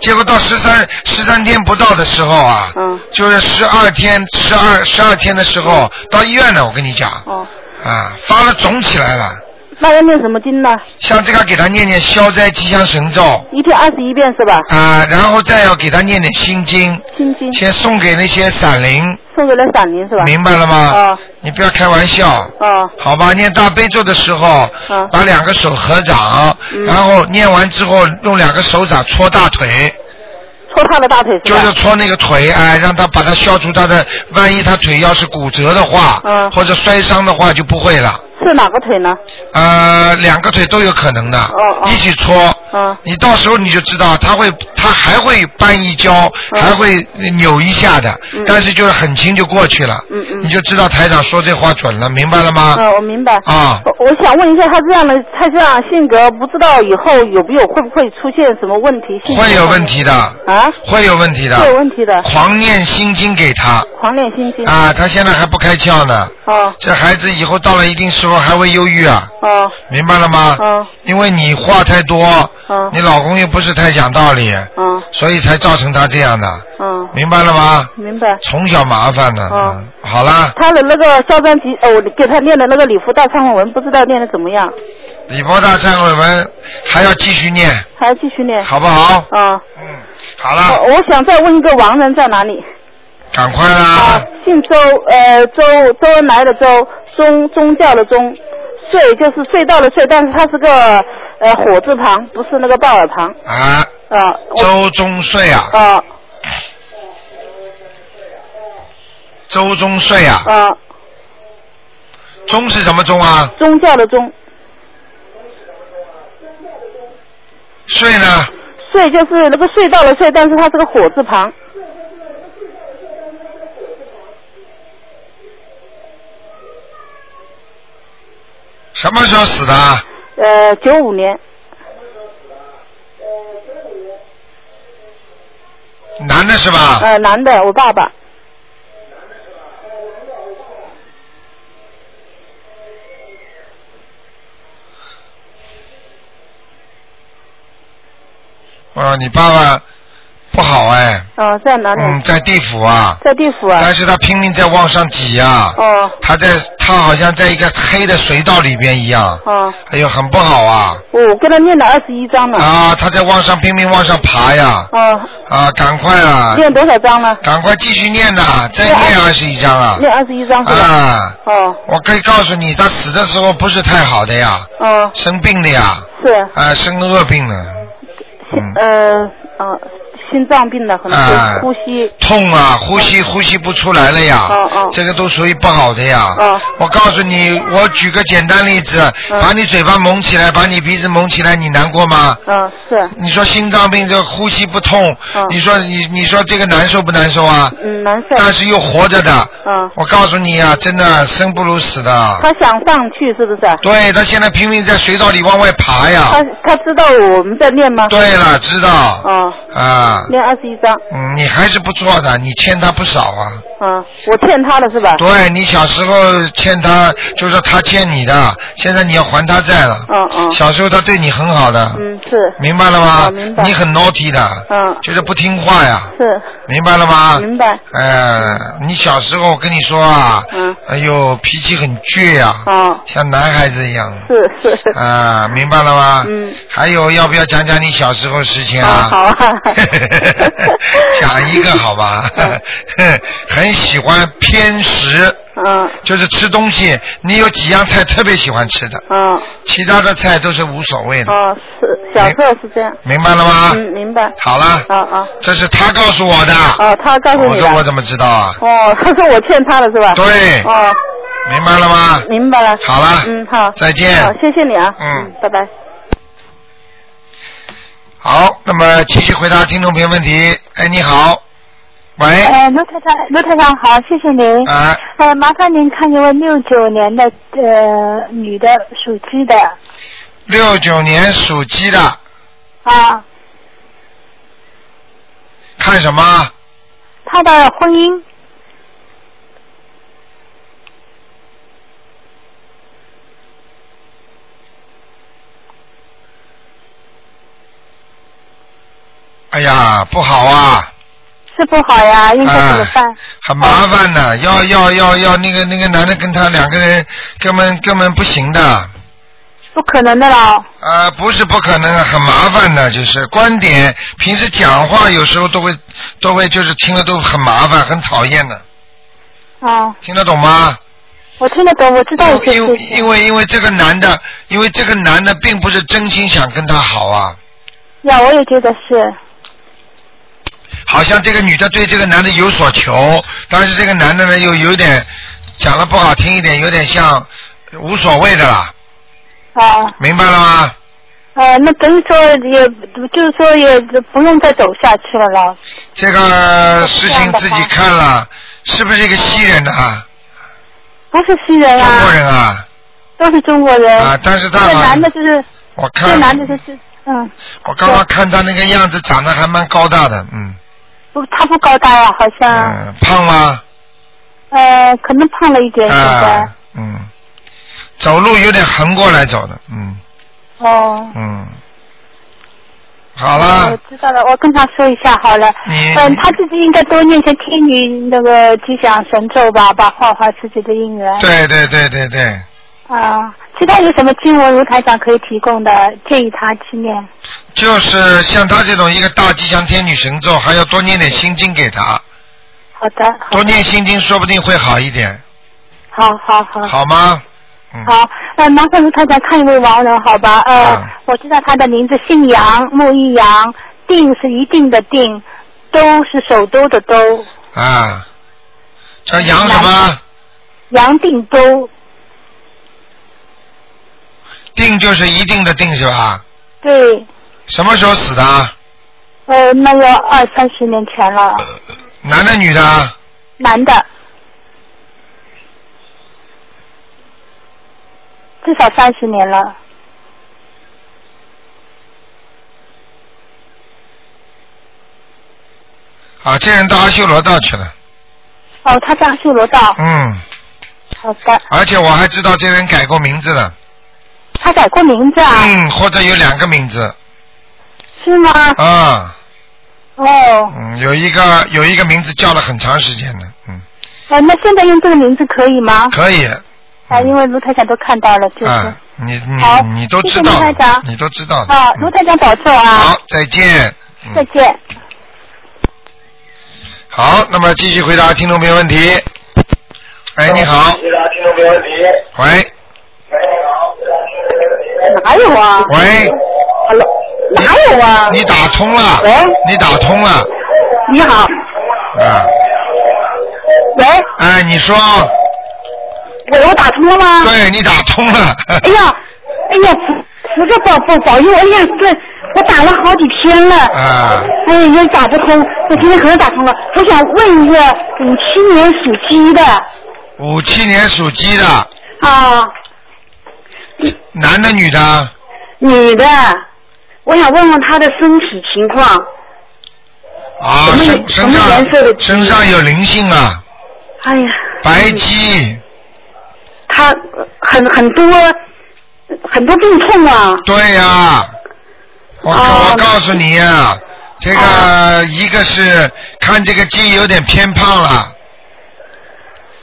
S1: 结果到十三十三天不到的时候啊，
S5: 嗯
S1: 就是十二天十二十二天的时候到医院了，我跟你讲，
S5: 哦，
S1: 啊，发了肿起来了。
S5: 那要念什么经呢？
S1: 像这个给他念念消灾吉祥神咒
S5: 一天二十一遍是吧？
S1: 啊、然后再要给他念点心经，
S5: 心经
S1: 先送给那些散灵，
S5: 送给了闪灵是吧？
S1: 明白了吗？
S5: 哦
S1: 你不要开玩笑。
S5: 哦
S1: 好吧，念大悲咒的时候，
S5: 嗯
S1: 把两个手合掌，
S5: 嗯
S1: 然后念完之后用两个手掌搓大腿，
S5: 戳他的大腿是
S1: 就
S5: 吧？
S1: 是搓那个腿，哎，让他把它消除他的，万一他腿要是骨折的话，
S5: 嗯
S1: 或者摔伤的话就不会了。
S5: 是哪个腿呢？
S1: 呃，两个腿都有可能的，
S5: 哦哦
S1: 一起搓。
S5: 嗯
S1: 你到时候你就知道，他会，他还会搬一跤，
S5: 嗯
S1: 还会扭一下的，
S5: 嗯
S1: 但是就是很轻就过去了。
S5: 嗯嗯
S1: 你就知道台长说这话准了，明白了吗？
S5: 嗯，我明白。
S1: 啊，
S5: 我我想问一下，他这样的他这样性格，不知道以后有没有会不会出现什么问题？性格
S1: 会有问题的，
S5: 啊？
S1: 会有问题的。
S5: 会有问题的，
S1: 狂念心经给他
S5: 狂恋心经。
S1: 啊，他现在还不开窍呢。
S5: 哦
S1: 这孩子以后到了一定时候还会忧郁啊，
S5: 哦
S1: 明白了吗？
S5: 嗯
S1: 因为你话太多，
S5: 嗯
S1: 啊你老公又不是太讲道理，
S5: 嗯
S1: 所以才造成他这样的，
S5: 嗯，
S1: 明白了吗？
S5: 明白。
S1: 从小麻烦的。
S5: 哦
S1: 嗯好啦，
S5: 他的那个肖战吉，呃，我给他念的那个礼佛大忏悔文，不知道念的怎么样，
S1: 李波大忏悔文还要继续念，
S5: 还要继续念。
S1: 好不好？
S5: 啊、
S1: 嗯，好
S5: 我、
S1: 啦，
S5: 我想再问一个亡人在哪里？
S1: 赶快
S5: 啊
S1: 啦。，
S5: 姓周，呃，周周恩来的周，宗宗教的宗，隧就是隧道的隧，但是它是个呃火字旁，不是那个豹耳旁。
S1: 啊，
S5: 啊，我
S1: 周宗岁啊，
S5: 啊
S1: 周宗岁啊，
S5: 啊，
S1: 宗是什么宗啊？
S5: 宗教的宗，
S1: 岁呢？
S5: 隧就是那个隧道的隧，但是它是个火字旁。
S1: 什么时候死的啊？
S5: 呃，九五年
S1: 男的是吧？
S5: 呃，男的，我爸爸，
S1: 啊，你爸爸不好哎，
S5: 啊，在哪里？
S1: 嗯，在地府啊，
S5: 在地府啊。
S1: 但是他拼命在往上挤啊，
S5: 哦
S1: 他在他好像在一个黑的隧道里边一样，
S5: 哦，
S1: 哎呦，很不好啊。
S5: 我给他念了二十一章了。
S1: 啊，他在往上拼命往上爬呀！
S5: 哦，
S1: 啊，赶快啦，
S5: 念多少章了？
S1: 赶快继续念呐，再念二十一章啊！
S5: 念二十一章是吧？
S1: 啊，
S5: 哦
S1: 我可以告诉你，他死的时候不是太好的呀，
S5: 哦，
S1: 生病的呀，
S5: 是。
S1: 啊，生恶病了，
S5: 心
S1: 嗯
S5: 呃呃心脏病的，可能
S1: 啊
S5: 是呼吸。
S1: 痛啊，呼
S5: 嗯
S1: 吸呼吸不出来了呀
S5: 哦哦，
S1: 这个都属于不好的呀
S5: 哦。
S1: 我告诉你，我举个简单例子，
S5: 嗯
S1: 把你嘴巴蒙起来，把你鼻子蒙起来，你难过吗？
S5: 嗯、是，
S1: 你说心脏病这呼吸不痛
S5: 嗯，
S1: 你说你你说这个难受不难受啊？
S5: 嗯，难受。
S1: 但是又活着的。
S5: 嗯
S1: 我告诉你啊，真的生不如死的。
S5: 他想上去是不是啊？
S1: 对他现在拼命在隧道里往外爬
S5: 他
S1: 呀。
S5: 他知道我们在念吗？。
S1: 对了，知道。
S5: 哦，
S1: 啊，
S5: 念二十一章。
S1: 嗯，你还是不错的，你欠他不少啊。
S5: 嗯，我欠他的是吧？
S1: 对你小时候欠他，就是他欠你的，现在你要还他债了。
S5: 嗯嗯
S1: 小时候他对你很好的，
S5: 嗯，是
S1: 明白了吗？
S5: 哦明白
S1: 你很 naughty 的，
S5: 嗯
S1: 就是不听话呀，
S5: 是，
S1: 明白了吗？
S5: 明白。
S1: 呃，你小时候我跟你说啊，
S5: 嗯
S1: 哎呦，脾气很倔呀、
S5: 哦，
S1: 像男孩子一样。
S5: 是是。
S6: <laughs>
S1: 啊，明白了吗？
S5: 嗯。
S1: 还有，要不要讲讲你小时候事情
S6: 哦
S1: 啊？
S5: 啊，好啊
S1: <laughs> 。讲一个好吧
S5: 嗯？
S1: <laughs> 很喜欢偏食，
S5: 啊 <laughs>
S6: 嗯
S1: 就是吃东西，你有几样菜特别喜欢吃的，
S6: 嗯
S5: 哦
S1: 其他的菜都是无所谓的，
S6: 哦，是小时候是这样。
S1: 明白了吗？
S6: 嗯，明白。
S1: 好了，
S5: 哦
S6: 啊啊
S1: 这是他告诉我的，
S6: 哦，他告诉你
S1: 我
S6: 的
S1: 说。我怎么知道啊？
S6: 哦，他说我欠他的是吧？
S1: 对，
S6: 哦，
S1: 明白了吗？
S6: 明白了。
S1: 好了
S6: 嗯，好。
S1: 再见
S6: 好，谢谢你啊。
S1: 嗯
S6: 拜拜。
S1: 好，那么继续回答听众朋友问题。哎，你好，喂，
S5: 哎，罗台长，罗台长好，谢谢您。
S1: 啊，
S5: 哎，麻烦您看一位六九年的呃女的，属鸡的
S1: 六九年属鸡的，
S5: 啊，
S1: 看什么？
S5: 她的婚姻
S1: 哎呀，不好啊，
S5: 是不好呀，应该怎么办？
S1: 很麻烦的、要要要要那个那个男的跟他两个人根本根本不行的。
S5: 不可能的啦，
S1: 啊，不是不可能，很麻烦的，就是观点，平时讲话有时候都会都会就是听了都很麻烦，很讨厌的，
S5: 啊，
S1: 听得懂吗？
S5: 我听得懂，我知道这
S1: 因
S5: 事
S1: 为
S5: 情
S1: 因为因为这个男的，因为这个男的并不是真心想跟他好啊，
S5: 呀，我也觉得是，
S1: 好像这个女的对这个男的有所求，但是这个男的呢又有点讲的不好听一点，有点像无所谓的啦，
S5: 啊，
S1: 明白了吗？
S5: 呃，那等于说也，就是说也不用再走下去了啦，
S1: 这个事
S5: 这
S1: 情
S5: 样的
S1: 自己
S5: 吗
S1: 看了，是不是一个西人的啊？
S5: 不是西人
S1: 中国
S5: 啊，
S1: 人啊？
S5: 都是中国人，
S1: 啊，但是
S5: 哎这
S1: 他
S5: 个
S1: 好
S5: 男的就是，
S1: 我
S5: 这个
S1: 看
S5: 男的就是，嗯，
S1: 我刚刚看他那个样子，长得还蛮高大的，嗯，
S5: 不，他不高大呀，好像。
S1: 嗯，胖吗？
S5: 呃，可能胖了一点，现在。
S1: 啊，嗯，走路有点横过来走的，嗯
S5: 哦。
S1: 嗯，好
S5: 我
S1: 了，
S5: 知道了，我跟他说一下好了。
S1: 你
S5: 嗯，他自己应该多念些天女那个吉祥神咒吧，把化化自己的姻缘。
S1: 对对对对对，
S5: 啊，其他有什么经文如台长可以提供的，建议他去念？
S1: 就是像他这种一个大吉祥天女神咒，还要多念点心经给他，
S5: 好的，好
S1: 多念心经说不定会好一点，
S5: 好好好。
S1: 好吗？嗯，
S5: 好，呃，麻烦卢台长看一位亡人，好吧？呃，
S1: 嗯
S5: 我知道他的名字姓杨，木一杨，定是一定的定，都是首都的都，
S1: 啊，叫杨什么？
S5: 杨定都，
S1: 定就是一定的定是吧？
S5: 对。
S1: 什么时候死的啊？
S5: 呃，那要二三十年前了，
S1: 男的女的啊？
S5: 男的，至少三十年了。
S1: 啊，这人到阿修罗道去了。
S5: 哦，他在修罗道。
S1: 嗯，
S5: 好的，
S1: 而且我还知道这人改过名字了。
S5: 他改过名字啊？
S1: 嗯，或者有两个名字
S5: 是吗？
S1: 啊，
S5: 哦，
S1: 嗯，有一个有一个名字叫了很长时间了，嗯，
S5: 呃，那现在用这个名字可以吗？
S1: 可以。
S5: 啊，因为卢台长都看到了，就是。
S1: 啊，你
S5: 好
S1: 你你都知
S5: 谢谢
S1: 道
S5: 卢台
S1: 的，
S5: 长
S1: 你都知道的。
S5: 啊，
S1: 嗯
S5: 卢台长保重啊
S1: 好，，再见。嗯
S5: 再见。
S1: 好，那么继续回答听众朋友问题。哎，你好。回答听众朋友问题。
S6: 哪有啊
S1: 喂喂，
S6: ？Hello，哪有啊？
S1: 你打通了
S6: 喂，
S1: 你打通了
S6: 你好，
S1: 啊！
S6: 喂，
S1: 哎，你说，
S6: 我我打通了吗？
S1: 对你打通了。
S6: 哎呀，哎呀，十个宝宝宝佑，哎呀，这我打了好几天了，
S1: <laughs> 啊，
S6: 哎呀，也打不通，我今天可能打通了。我想问一个五七年属鸡的
S1: 五七年属鸡的，
S6: 啊，
S1: 男的女的？
S6: 女的，我想问问她的身体情况。
S1: 啊，
S6: 什么
S1: 身
S6: 什
S1: 身
S6: 么颜色的
S1: 上
S6: 鸡
S1: 身上有灵性啊，
S6: 哎呀，
S1: 白鸡，
S6: 她呃很很多很多病痛啊，
S1: 对呀、我告
S6: 哦
S1: 我告诉你呀、这个一个是看这个鸡有点偏胖
S6: 啊
S1: 了，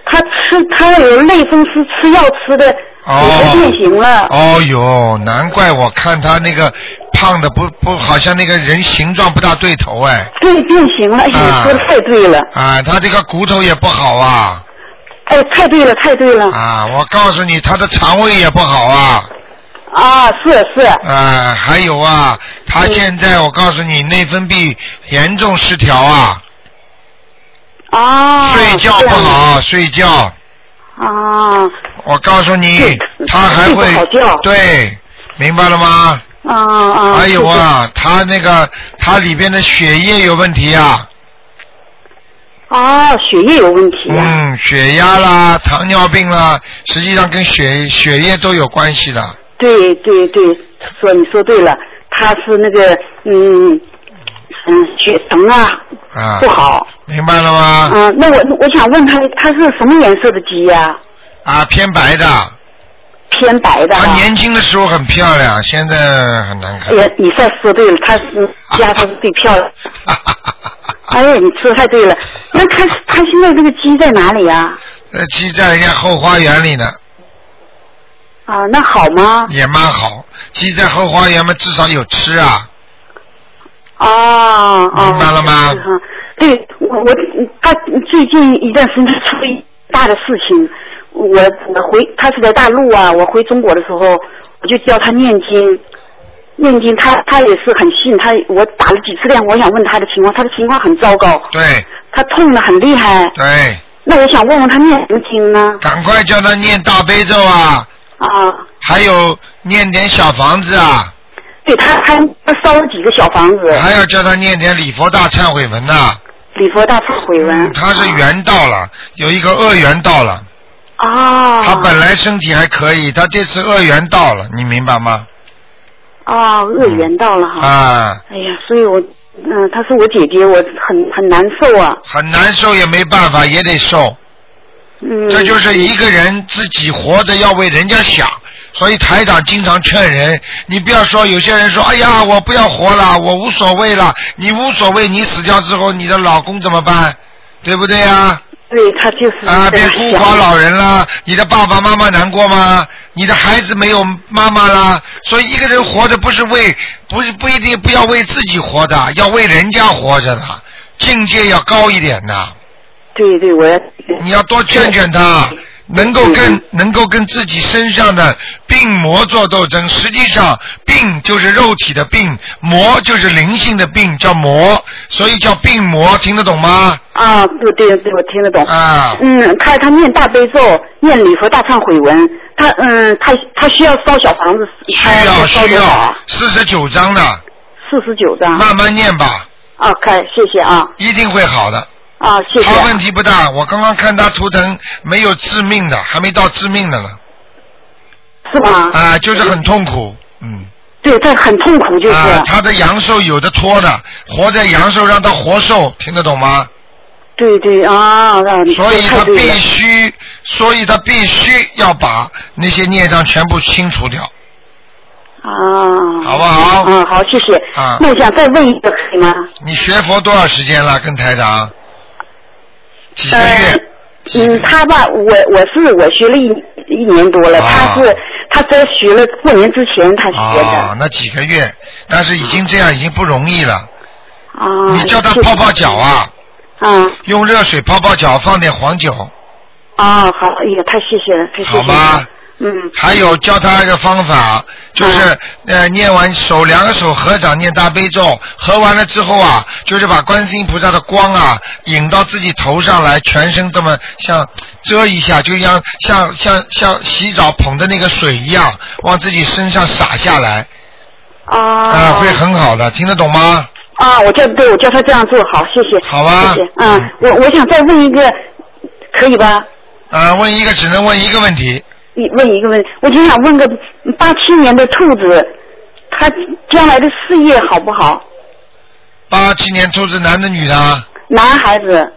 S6: 她吃她有类风湿，吃药吃的
S1: 哦
S6: 也变形了。
S1: 哦呦，难怪我看他那个胖的不不，好像那个人形状不大对头哎，
S6: 对，变形了，哎呀，
S1: 啊
S6: 你说的太对了。
S1: 啊，他这个骨头也不好啊，
S7: 哎，太对了，太对了。
S6: 嗯
S1: 啊，我告诉你，他的肠胃也不好啊。
S7: 啊，是是。
S1: 啊，还有啊，他
S6: 嗯
S1: 现在我告诉你，内分泌严重失调啊，
S7: 啊。
S1: 睡觉
S7: 这
S1: 不
S7: 样
S1: 好，睡觉。
S7: 啊
S1: 我告诉你，他还会
S7: 睡不好觉
S1: 对，明白了吗？
S7: 啊啊！
S1: 还有
S7: 是。
S1: 啊，他那个他里边的血液有问题啊，
S7: 啊，血液有问题啊。
S1: 嗯，血压啦、糖尿病啦，实际上跟血血液都有关系的。
S7: 对对对，说你说对了，他是那个嗯嗯血糖啊
S1: 啊
S7: 不，好。
S1: 明白了吗？
S7: 嗯，那我我想问他，他是什么颜色的鸡呀、
S1: 啊，偏白的。
S7: 偏白的、
S1: 她
S7: 啊。
S1: 年轻的时候很漂亮，现在很难 <laughs> 看。
S7: 也，你算说对了，他是家他是最漂
S1: 啊
S7: 亮。哎呀，你说太对了。那他他现在这个鸡在哪里呀、
S1: 呃，鸡在人家后花园里呢，
S7: 啊？那好吗？
S1: 也蛮好。鸡在后花园嘛，至少有吃啊。
S7: 哦哦，
S1: 明白了吗
S7: 是哈对，我我他最近一段时间出了一大的事情，我我回他是在大陆啊，我回中国的时候，我就教他念经，念经他他也是很信，他我打了几次电，我想问他的情况，他的情况很糟糕，
S1: 对
S7: 他痛的很厉害，
S1: 对，
S7: 那我想问问他念什么经呢？
S1: 赶快叫他念大悲咒啊，
S7: 啊，
S1: 还有念点小房子啊，
S7: 对他他他烧了几个小房子，
S1: 还要叫他念点礼佛大忏悔文呐、
S7: 礼佛大忏悔文，
S1: 嗯他是缘到了，有一个恶缘到了。
S7: 啊，
S1: 他本来身体还可以，他这次恶缘到了，你明白吗？
S7: 啊恶缘到了哈。
S1: 啊，
S7: 哎呀，所以我，嗯、她是我姐姐，我很很难受啊。
S1: 很难受也没办法，也得受。
S7: 嗯，
S1: 这就是一个人自己活着要为人家想。所以台长经常劝人，你不要说有些人说，哎呀，我不要活了，我无所谓了。你无所谓，你死掉之后，你的老公怎么办？对不对呀、
S7: 对她就是
S1: 啊？
S7: 这
S1: 别
S7: 样
S1: 孤
S7: 想
S1: 寡老人啦，你的爸爸妈妈难过吗？你的孩子没有妈妈啦。所以一个人活着不是为，不是不一定不要为自己活的，要为人家活着的，境界要高一点的。
S7: 对对，我要
S1: 你要多劝劝他，能够跟能够跟自己身上的病魔做斗争。实际上，病就是肉体的病，魔就是灵性的病，叫魔，所以叫病魔，听得懂吗？
S7: 啊，对对对，我听得懂。
S1: 啊，
S7: 嗯，她她念大悲咒，念礼佛大忏悔文，她嗯，她她需要烧小房子，
S1: 需
S7: 她
S1: 要
S7: 烧
S1: 需
S7: 多少
S1: 要？，四十九章的，
S7: 四十九张。
S1: 慢慢念吧，
S7: 啊，开，谢谢啊，
S1: 一定会好的。
S7: 啊，谢谢
S1: 他。问题不大，我刚刚看他图腾没有致命的，还没到致命的呢。
S7: 是吗？
S1: 啊，就是很痛苦，嗯。
S7: 对，她很痛苦，就是。
S1: 啊，他的阳寿有的拖的，活在阳寿让他活寿，听得懂吗？
S7: 对对啊，啊你
S1: 所以
S7: 太
S1: 他
S7: 对
S1: 必
S7: 了
S1: 须，所以他必须要把那些孽障全部清除掉。
S7: 啊，
S1: 好不好
S7: 嗯，好，谢谢。
S1: 啊
S7: 那我想再问一个啊可以吗？
S1: 你学佛多少时间了，跟台长？几个
S7: 呃
S1: 月？几个
S7: 嗯，
S1: 月
S7: 他吧，我我是我学了一一年多了，
S1: 啊
S7: 他是他在学了过年之前他学的
S1: 哦，那几个月，但是已经这样已经不容易了。
S7: 啊。
S1: 你叫他
S7: 谢谢
S1: 泡泡脚啊，
S7: 啊
S1: 用热水泡泡脚，放点黄酒，
S7: 啊，好，哎呀，太谢谢了，太谢谢
S1: 好吗
S7: 了。嗯
S1: 还有教他一个方法，就是呃念完手两个手合掌念大悲咒，合完了之后啊，就是把观世音菩萨的光啊引到自己头上来，全身这么像遮一下，就像像像像洗澡捧的那个水一样，往自己身上洒下来，
S7: 啊
S1: 啊、会很好的，听得懂吗？
S7: 啊，我叫对，我叫他这样做好，谢谢。
S1: 好吧
S7: 谢谢。嗯，我我想再问一个，可以吧？
S1: 啊、问一个只能问一个问题，
S7: 你问一个问题，我就想问个八七年的兔子，他将来的事业好不好？
S1: 八七年兔子男的女的啊？
S7: 男孩子，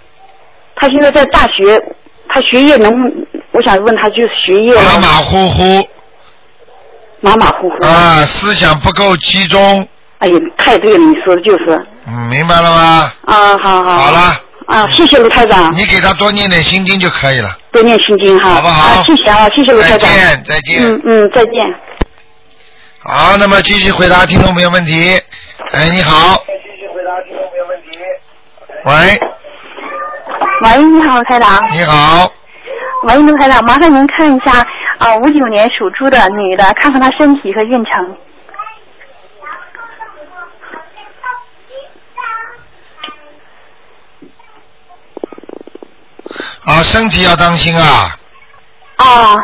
S7: 他现在在大学，他学业能，我想问他就是学业
S1: 马马虎虎
S7: 马马虎虎。
S1: 啊，思想不够集中，
S7: 哎呀，太对了，你说的就是
S1: 嗯，明白了吗？
S7: 啊，好好。
S1: 好了。
S7: 啊，谢谢卢台长，
S1: 你给他多念点心经就可以了，
S7: 多念心经哈。
S1: 好不好
S7: 啊，谢谢啊，谢谢卢台
S1: 再
S7: 长。
S1: 见，再见。
S7: 嗯嗯，再见。
S1: 好，那么继续回答听众朋友问题。哎，你好。继续回答听众朋友问题。喂，
S7: 喂，你好，台长。
S1: 你好，
S5: 喂，卢台长，麻烦您看一下啊，五、九年属猪的女的，看看她身体和运程。
S1: 啊，身体要当心啊。
S5: 啊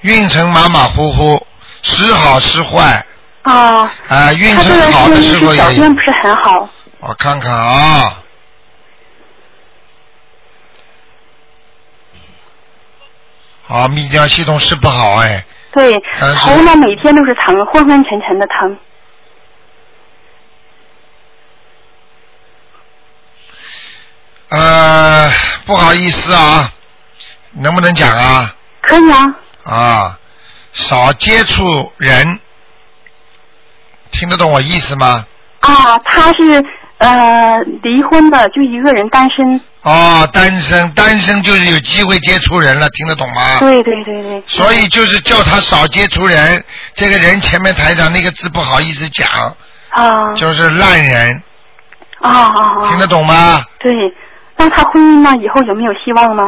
S1: 运程马马虎虎，时好时坏
S5: 啊，
S1: 啊。运
S5: 她这
S1: 程
S5: 段
S1: 好
S5: 时
S1: 的
S5: 间
S1: 时
S5: 就是
S1: 候
S5: 表现
S1: 也，
S5: 不是很好。
S1: 我看看啊。啊，泌尿系统是不好哎，
S5: 对
S1: 但，是
S5: 头呢每天都是疼，昏昏沉沉的疼。
S1: 呃，不好意思啊，能不能讲啊？
S5: 可以啊，
S1: 啊，少接触人，听得懂我意思吗？
S5: 啊，她是呃离婚的，就一个人单身。
S1: 哦，单身，单身就是有机会接触人了，听得懂吗？
S5: 对对对对。
S1: 啊所以就是叫他少接触人，这个人前面台长那个字不好意思讲，
S5: 啊
S1: 就是烂人，
S5: 啊啊
S1: 听得
S5: 啊！
S1: 懂吗？
S5: 对，那她婚姻呢？以后有没有希望呢？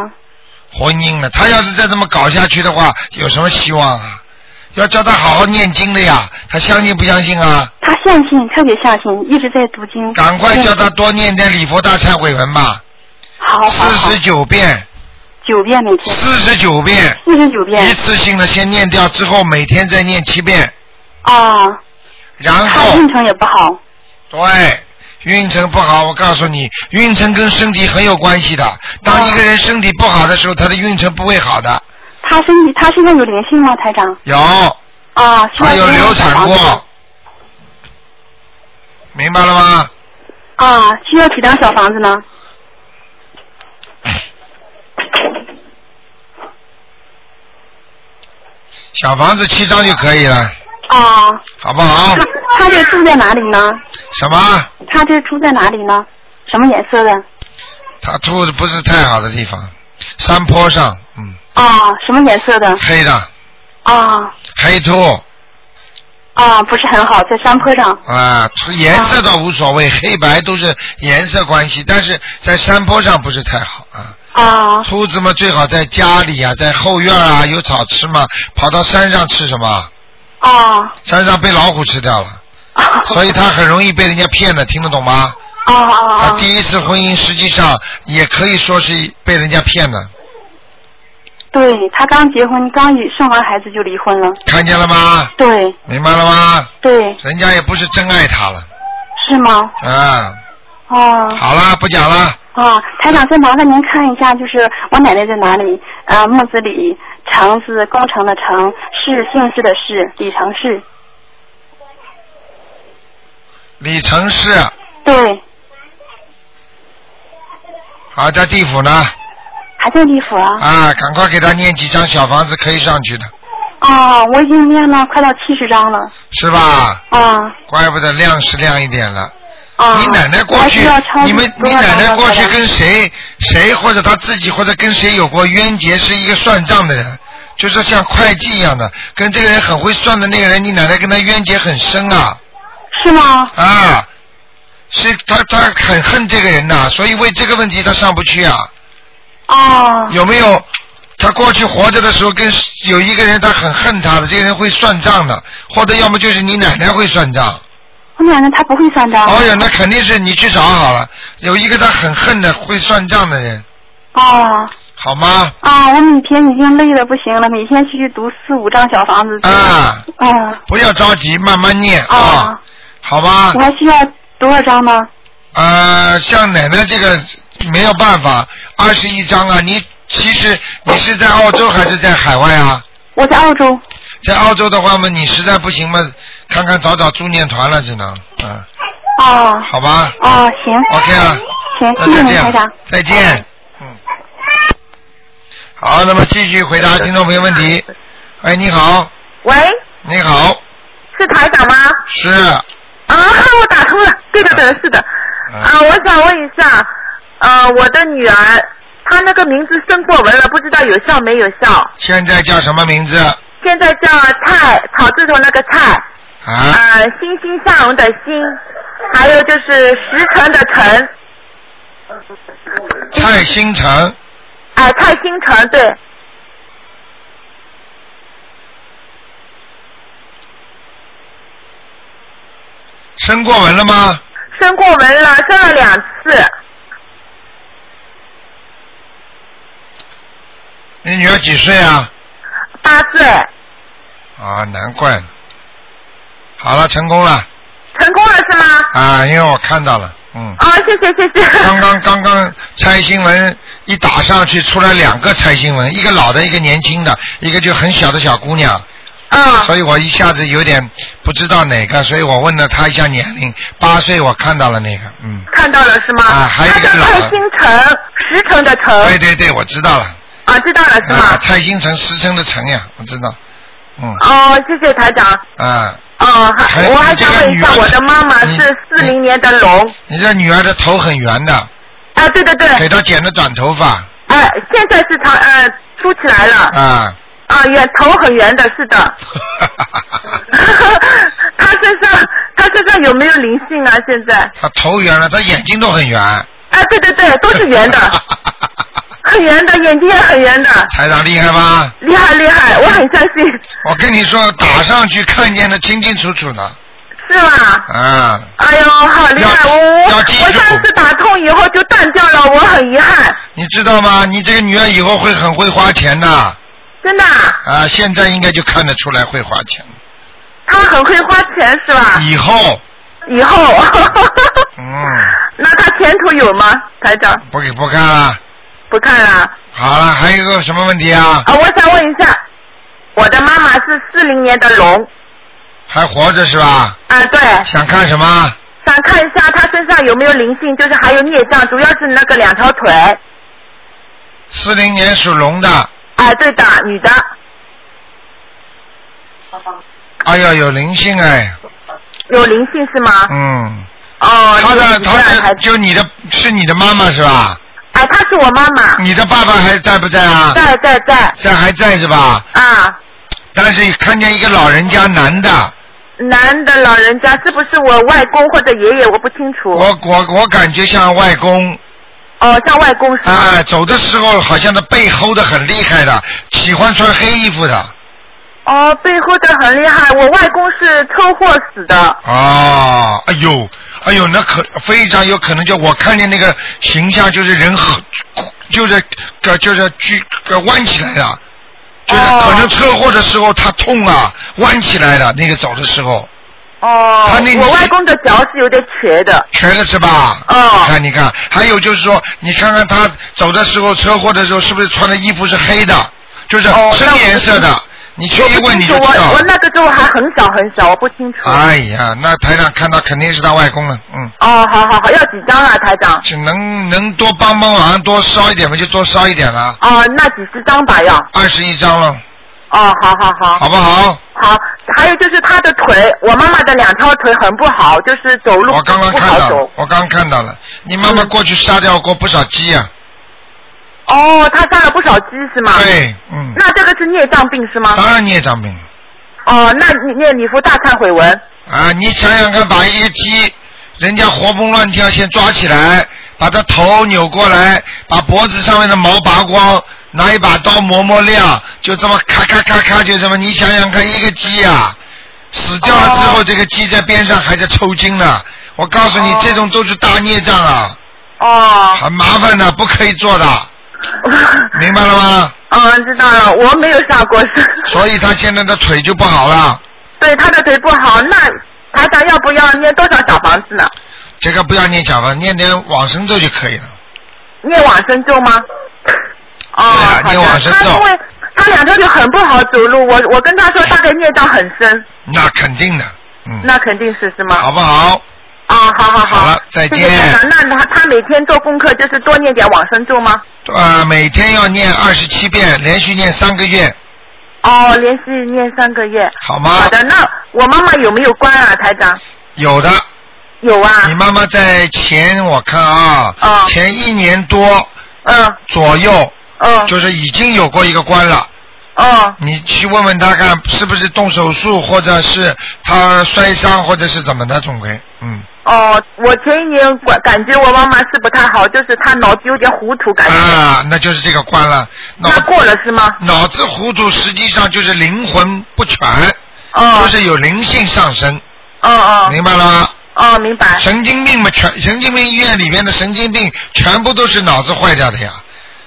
S1: 婚姻了，他要是再这么搞下去的话，有什么希望啊？要叫他好好念经的呀，他相信不相信啊？
S5: 她相信，特别相信，一直在读经。
S1: 赶快叫
S5: 对
S1: 他多念点礼佛大忏悔文吧，
S5: 好好
S1: 四
S5: 好
S1: 十，九遍，
S5: 九遍每天，
S1: 四十九遍，
S5: 四十九遍
S1: 一次性的先念掉，之后每天再念七遍，
S5: 啊。
S1: 然
S5: 她
S1: 后
S5: 运程也不好
S1: 对，运程不好，我告诉你，运程跟身体很有关系的。当一个人身体不好的时候，他的运程不会好的。
S5: 她身体，她现在有灵性吗，台长？
S1: 有，
S5: 啊，需要
S1: 他有
S5: 多少
S1: 流产
S5: 小房子
S1: 过，明白了吗？
S5: 啊，需要几张小房子呢？
S1: 小房子七张就可以了，
S5: 啊，
S1: 好不好
S5: 她？她这住在哪里呢？
S1: 什么？
S5: 她这住在哪里呢？什么颜色的？
S1: 他住的不是太好的地方，山坡上，嗯，
S5: 啊，什么颜色的？
S1: 黑的，
S5: 啊
S1: 黑兔
S5: 啊，不是很好，在山坡上。
S1: 啊，颜色倒无所谓，黑白都是颜色关系，但是在山坡上不是太好啊。
S7: 哦
S5: 啊
S1: 兔子嘛，最好在家里啊，在后院啊，有草吃嘛。跑到山上吃什么？
S5: 啊
S1: 山上被老虎吃掉了，
S5: 啊！
S7: 哦
S1: 所以它很容易被人家骗的，听得懂吗？
S5: 啊
S7: 哦
S5: 啊
S1: 他
S5: 啊！
S1: 第一次婚姻实际上也可以说是被人家骗的，
S5: 对他刚结婚，刚一生完孩子就离婚了。
S1: 看见了吗？
S5: 对
S1: 明白了吗？
S5: 对，
S1: 人家也不是真爱他了
S5: 是吗？
S1: 啊！
S5: 哦
S1: 好啦，不讲了，
S5: 啊，台长，再麻烦您看一下，就是我奶奶在哪里？啊，木子李，程字工程的程，是姓氏的氏，李程氏。
S1: 李成是
S5: 对，
S1: 啊，在地府呢
S5: 还在地府啊？
S1: 啊，赶快给他念几张小房子可以上去的，
S5: 啊，我已经念了快到七十章了。
S1: 是吧？
S5: 啊
S1: 怪不得亮是亮一点了。
S5: 啊！
S1: 你奶奶过
S5: 还
S1: 去
S5: 是要，超
S1: 你们
S5: 多
S1: 你
S5: 少
S1: 奶奶
S5: 张
S1: 过
S5: 才
S1: 去
S5: 能
S1: 跟谁谁或者她自己或者跟谁有过冤结，是一个算账的人，就是像会计一样的，跟这个人很会算的那个人，你奶奶跟他冤结很深啊
S5: 是吗？
S1: 啊，是她她很恨这个人呐、所以为这个问题她上不去啊，
S5: 啊
S1: 有没有？她过去活着的时候跟有一个人，她很恨他的，这个人会算账的，或者要么就是你奶奶会算账。
S5: 我奶奶她不会算账。
S1: 哦呀，那肯定是你去找好了，有一个他很恨的会算账的人，
S5: 啊
S1: 好吗？
S5: 啊！我每天已经累的不行了，每天去读四五张小房子。
S1: 啊，
S5: 啊
S1: 不要着急，慢慢念啊、
S5: 啊！
S1: 好吧
S5: 我？还需要多少张呢？
S1: 呃，像奶奶这个没有办法，二十一章啊，你其实你是在澳洲还是在海外啊？
S5: 我在澳洲。
S1: 在澳洲的话嘛，你实在不行嘛，看看找找助念团了，只能，嗯，
S5: 啊
S1: 好吧
S5: 啊，行。
S1: ，OK 了。
S5: 行，
S1: 那
S5: 谢谢
S1: 就
S5: 您，
S1: 这
S5: 台
S1: 样
S5: 长。，
S1: 再见。嗯。好，那么继续回答听众朋友问题。哎，你好，
S7: 喂，
S1: 你好，
S7: 是台长吗？
S1: 是
S7: 啊，我打通了，对的，对的，是的。
S1: 嗯
S7: 啊，我想问一下，呃，我的女儿，她那个名字申过文了，不知道有效没有效？
S1: 现在叫什么名字
S7: 现在叫蔡，草字头那个蔡，
S1: 啊？
S7: 呃，欣欣向荣的欣，还有就是石城的城，
S1: 蔡星辰，
S8: 啊
S7: 哎、蔡星辰，对，
S1: 生过纹了吗？
S8: 生过纹了，生了两次，
S1: 你女儿几岁啊？
S8: 八岁，
S1: 啊，难怪呢。好了，成功了
S8: 成功了是吗？
S1: 啊，因为我看到了，嗯，
S8: 啊，谢谢谢谢。
S1: 刚刚刚刚拆新闻一打上去，出来两个拆新闻，一个老的，一个年轻的，一个就很小的小姑娘。
S8: <laughs> 嗯
S1: 所以我一下子有点不知道哪个，所以我问了她一下年龄，八岁我看到了那个，嗯，
S8: 看到了是吗？
S1: 啊还有一
S8: 他
S1: 个
S8: 叫
S1: 老
S8: 蔡星辰，石城的城。
S1: 对对对，我知道了，
S8: 呃啊，知道了是
S1: 啊，
S8: 吗？
S1: 蔡星辰师称的辰呀，我知道，嗯，
S8: 哦，谢谢台长。
S1: 啊，
S8: 哦，
S1: 还
S8: 还我还想问一下，我的妈妈
S1: 你
S8: 是四零年的龙。
S1: 你这女儿的头很圆的，
S8: 啊，对对对，
S1: 给她剪的短头发，
S8: 哎，现在是她呃凸起来了，
S1: 啊， <laughs>
S8: 啊，圆头很圆的，是的。她身上她身上有没有灵性啊？现在？
S1: 她头圆了，她眼睛都很圆，
S8: 啊，对对对，都是圆的，很圆的，眼睛也很圆的，
S1: <laughs> 台长厉害吧？
S8: 厉害厉害，我很相信，
S1: 我跟你说，打上去看见的清清楚楚呢，
S8: 是吗？
S1: 啊，
S8: 哎呦，好厉害！
S1: 要
S8: 我我
S1: 要记住
S8: 我上次打通以后就断掉了，我很遗憾，
S1: 你知道吗？你这个女儿以后会很会花钱的，
S8: 真的啊。
S1: 啊，现在应该就看得出来会花钱，
S8: 他很会花钱是吧？
S1: 以后，
S8: 以后，
S1: 嗯，
S8: <laughs> 那他前途有吗？台长，
S1: 不给不看了。
S8: 不看了。
S1: 好了，还有一个什么问题啊？
S8: 啊，我想问一下，我的妈妈是四零年的龙，
S1: 还活着是吧？
S8: 啊，对，
S1: 想看什么？
S8: 想看一下她身上有没有灵性，就是还有孽障，主要是那个两条腿。
S1: 四零年属龙的，
S8: 啊，对的，女的。
S1: 哎呦，有灵性哎，
S8: 有灵性是吗？
S1: 嗯，
S8: 哦，
S1: 他的
S8: 你
S1: 他
S8: 这样还
S1: 的就你的是你的妈妈是吧？
S8: 哎，她是我妈妈，
S1: 你的爸爸还在不在啊？
S8: 在在在
S1: 在还在是吧？
S8: 啊，
S1: 但是看见一个老人家男的，
S8: 男的老人家是不是我外公或者爷爷？我不清楚。
S1: 我我我感觉像外公
S8: 哦，像外公是吗？
S1: 啊，走的时候好像他背齁的很厉害的，喜欢穿黑衣服的。
S8: 哦，背后的很厉害。我外公是车祸死的。
S1: 哦，哎呦，哎呦，那可非常有可能就我看见那个形象就是人很，就是个就是举个弯起来的，就是
S8: 哦
S1: 可能车祸的时候他痛啊，弯起来的那个走的时候，
S8: 哦
S1: 他那
S8: 我外公的脚是有点瘸的。
S1: 瘸了是吧？
S8: 哦
S1: 你看你看，还有就是说，你看看他走的时候车祸的时候是不是穿的衣服是黑的，就是
S8: 哦
S1: 深
S8: 那我
S1: 颜色的，你去
S8: 我
S1: 一
S8: 不
S1: 问你
S8: 清楚，
S1: 就知
S8: 我
S1: 道
S8: 我
S1: 了。
S8: 那个时候还很小很小，我不清楚。
S1: 哎呀，那台长看到肯定是他外公了，嗯。
S8: 哦，好好好，要几张啊，台长？
S1: 只能能多帮帮忙，多烧一点嘛，就多烧一点了，
S8: 哦，那几十张吧要。
S1: 二十一张了，
S8: 哦，好好好。
S1: 好不好？
S8: 好，啊还有就是他的腿，我妈妈的两条腿很不好，就是走路
S1: 我刚刚
S8: 不
S1: 看
S8: 好
S1: 到了
S8: 走，。嗯
S1: 我刚刚看到了，你妈妈过去杀掉过不少鸡啊呀、
S8: 哦，他杀了不少鸡是吗？。
S1: 对，嗯，
S8: 那这个是孽障病是吗？
S1: 当然孽障病
S8: 哦，那你念礼佛大忏悔文。
S1: 啊！你想想看，把一个鸡，人家活蹦乱跳，先抓起来，把它头扭过来，把脖子上面的毛拔光，拿一把刀磨磨亮，就这么咔咔咔咔，就这么，你想想看，一个鸡呀、死掉了
S8: 哦
S1: 之后，这个鸡在边上还在抽筋呢。我告诉你，这种都是大孽障啊，
S8: 哦，
S1: 很麻烦的，不可以做的，明白了吗？
S8: 嗯，知道了，我没有下过身。
S1: 所以他现在的腿就不好了，
S8: 对，他的腿不好，那台长要不要念多少小房子呢？
S1: 这个不要念小房，念点往生咒就可以了。
S8: 念往生咒吗？哦，
S1: 对啊
S8: 好的
S1: 念往生咒
S8: 他因为他两条腿很不好走路，我我跟他说大概念到很深，
S1: 那肯定的，嗯，
S8: 那肯定是是吗？
S1: 好不好？
S8: 啊、好好好。
S1: 好了再见
S8: 谢谢台长那他他每天做功课就是多念点往生咒吗？
S1: 呃，每天要念二十七遍，连续念三个月，
S8: 哦，连续念三个月。
S1: 好吗？
S8: 好的，那我妈妈有没有关啊，台长？
S1: 有的，
S8: 有啊。
S1: 你妈妈在前我看啊，
S8: 哦
S1: 前一年多
S8: 嗯
S1: 左右，
S8: 嗯
S1: 就是已经有过一个关了。
S8: 嗯
S1: 你去问问他看是不是动手术，或者是他摔伤，或者是怎么的，总归，嗯，
S8: 哦，我前一年感感觉我妈妈是不太好，就是她脑子有点糊涂，感觉。
S1: 啊，那就是这个关了，脑
S8: 哎那过了是吗？
S1: 脑子糊涂实际上就是灵魂不全，
S8: 哦
S1: 就是有灵性上升，
S8: 哦哦
S1: 明白了吗？
S8: 哦，明白。
S1: 神经病嘛，全神经病医院里面的神经病全部都是脑子坏掉的呀。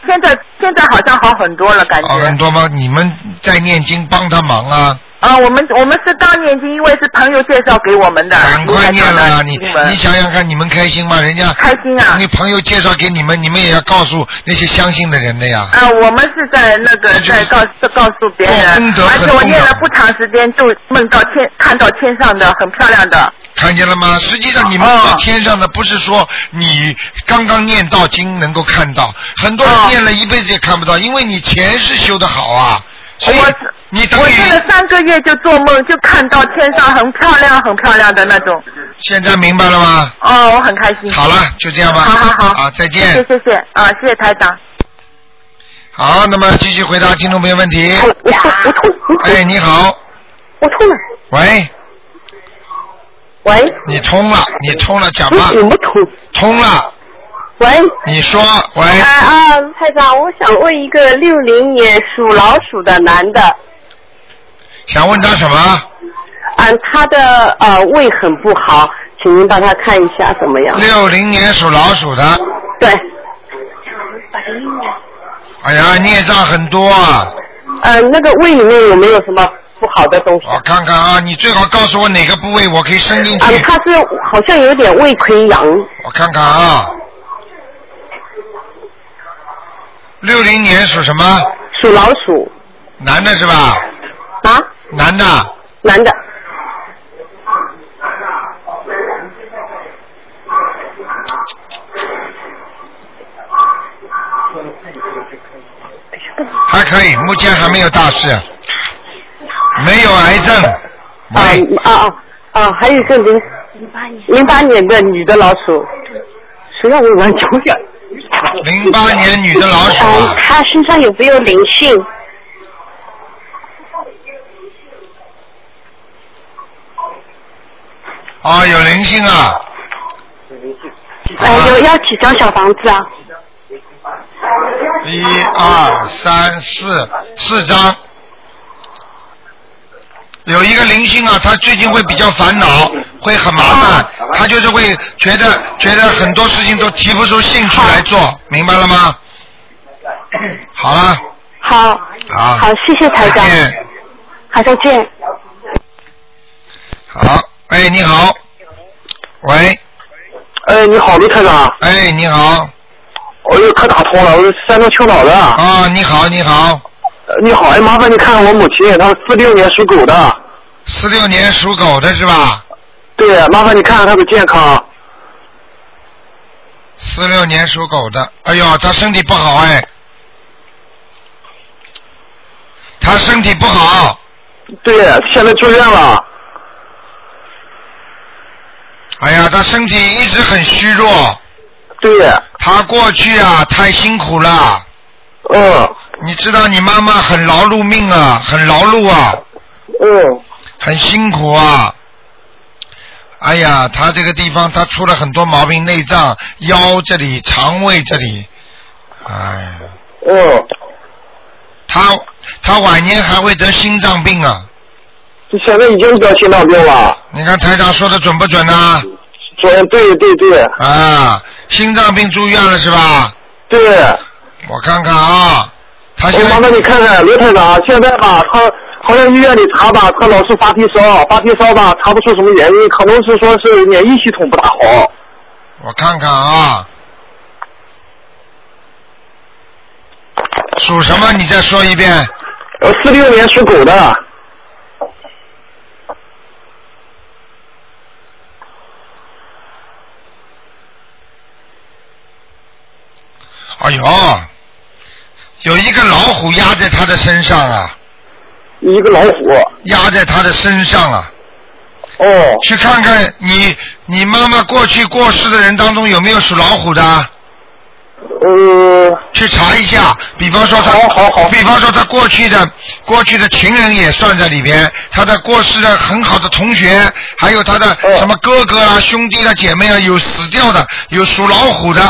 S8: 现在现在好像好很多了，感觉。
S1: 好很多吗？你们在念经帮他忙啊，
S8: 啊，我们我们是刚念经，因为是朋友介绍给我们的。
S1: 赶快念了啊！
S8: 了
S1: 你
S8: 经文
S1: 你想想看，你们开心吗？人家
S8: 开心啊
S1: 你！朋友介绍给你们，你们也要告诉那些相信的人的呀。
S8: 啊，我们是在那个在告告诉别
S1: 做
S8: 人
S1: 功德，
S8: 而
S1: 很
S8: 且我
S1: 重
S8: 念
S1: 要
S8: 了不长时间就梦到天，看到天上的很漂亮的。
S1: 看见了吗？实际上你们
S8: 哦
S1: 到天上的不是说你刚刚念到经能够看到，很多人
S8: 哦
S1: 念了一辈子也看不到，因为你前世修的好啊，所以
S8: 我
S1: 你等
S8: 我
S1: 于
S8: 念了三个月就做梦，就看到天上很漂亮、很漂亮的那种。
S1: 现在明白了吗？
S8: 哦，我很开
S7: 嗯
S8: 心。
S1: 好了，就这样吧。
S8: 好好好，
S1: 啊，再见。
S8: 谢谢谢谢啊，谢谢台长。
S1: 好，那么继续回答听众朋友问题。
S7: 哎我我我痛，
S1: 哎，你好，
S7: 我痛了。
S1: 喂，
S7: 喂，
S1: 你通了，你通了，讲
S7: 不
S1: 吧，
S7: 是我痛。
S1: 通了，
S7: 喂，
S1: 你说，喂，
S7: 啊啊，台长，我想问一个六零年属老鼠的男的，
S1: 想问他什么？
S7: 嗯，他的呃胃很不好，请您帮他看一下怎么样？
S1: 六零年属老鼠的，
S7: 对，
S1: 哎呀，孽障很多啊，
S7: 呃，那个胃里面有没有什么不好的东西？
S1: 我看看啊，你最好告诉我哪个部位，我可以伸进
S7: 啊、
S1: 去，
S7: 他是好像有点胃溃疡，
S1: 我看看啊。六零年属什么？
S7: 属老鼠
S1: 男的是吧？
S7: 啊，
S1: 男的，
S7: 男的，
S1: 还可以，目前还没有大事，没有癌症。
S7: 啊
S8: 哎
S1: 喂，
S7: 啊啊啊，还有一个零零八年的女的老鼠，谁让我玩久点？
S1: 零八年女的老鼠啊，
S9: 呃他身上有没有灵性？
S1: 啊有灵性啊。
S7: 哎
S9: 呃，有要几张小房子啊？
S1: 一二三四四张，有一个灵性啊，他最近会比较烦恼，会很麻烦，他就是会觉得觉得很多事情都提不出兴趣来做，明白了吗？好了，
S9: 好，
S1: 好，
S9: 好，谢谢台长
S1: 再，见，
S9: 好，再见。
S1: 好，哎，你好，喂，
S10: 哎，你好，卢台长，
S1: 哎，你好，
S10: 哎呦，可打通了，我是山东青岛的。
S1: 啊，你好，你好，
S10: 呃你好，哎，麻烦你看看我母亲，她是四六年属狗的。
S1: 四六年属狗的是吧？
S10: 对，麻烦你看看她的健康。
S1: 四六年属狗的，哎呦，他身体不好哎，他身体不好，
S10: 对，现在住院了。
S1: 哎呀，他身体一直很虚弱，
S10: 对，
S1: 他过去啊太辛苦了，
S10: 嗯
S1: 你知道你妈妈很劳碌命啊，很劳碌啊，
S10: 嗯，
S1: 很辛苦啊。哎呀，他这个地方他出了很多毛病，内脏、腰这里、肠胃这里，哎呀，
S10: 嗯，
S1: 他他晚年还会得心脏病啊。
S10: 这现在已经得心脏病了。
S1: 你看台长说的准不准呢、
S10: 昨天对对对
S1: 啊？心脏病住院了是吧？
S10: 对，
S1: 我看看啊，他现
S10: 哎，麻
S1: 在
S10: 烦你看看卢台长，现在吧，她好像医院里查吧，她老是发低烧，发低烧吧，查不出什么原因，可能是说是免疫系统不大好。
S1: 我看看啊，属什么？你再说一遍。
S10: 呃，四六年属狗的。
S1: 哎呦，有一个老虎压在他的身上啊，
S10: 一个老虎。
S1: 压在他的身上啊。
S10: 哦，
S1: 去看看你你妈妈过去过世的人当中有没有属老虎的啊？
S10: 呃，
S1: 去查一下，比方说他，
S10: 好好好
S1: 比方说他过去的过去的情人也算在里边，他的过世的很好的同学，还有他的
S10: 嗯
S1: 什么哥哥啊、兄弟啊、姐妹啊，有死掉的，有属老虎的，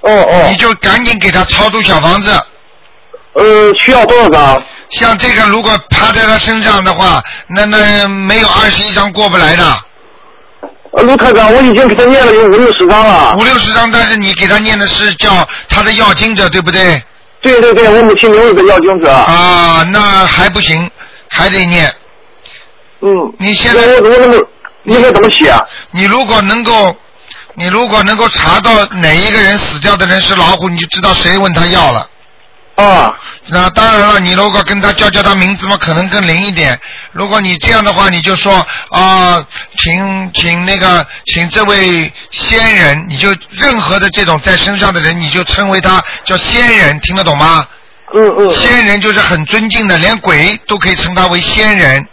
S10: 哦哦
S1: 你，就赶紧给他超度小房子。
S10: 呃，需要多少张？
S1: 像这个如果趴在他身上的话，那那没有二十一张过不来的。
S10: 哦、
S3: 呃卢台长，我已经给他念了有五六十张了。
S1: 五六十张，但是你给他念的是叫他的要经者，对不对？
S3: 对对对，我母亲留有个要经者。
S1: 啊，那还不行，还得念。
S3: 嗯。
S1: 你现在
S3: 我我怎么你应该怎么写啊？
S1: 你如果能够，你如果能够查到哪一个人死掉的人是老虎，你就知道谁问他要了。哦
S3: 啊，
S1: 那当然了，你如果跟他叫叫他名字嘛，可能更灵一点。如果你这样的话，你就说啊、请请那个请这位仙人，你就任何的这种在身上的人，你就称为他叫仙人，听得懂吗？
S3: 嗯嗯。
S1: 仙人就是很尊敬的，连鬼都可以称他为仙人。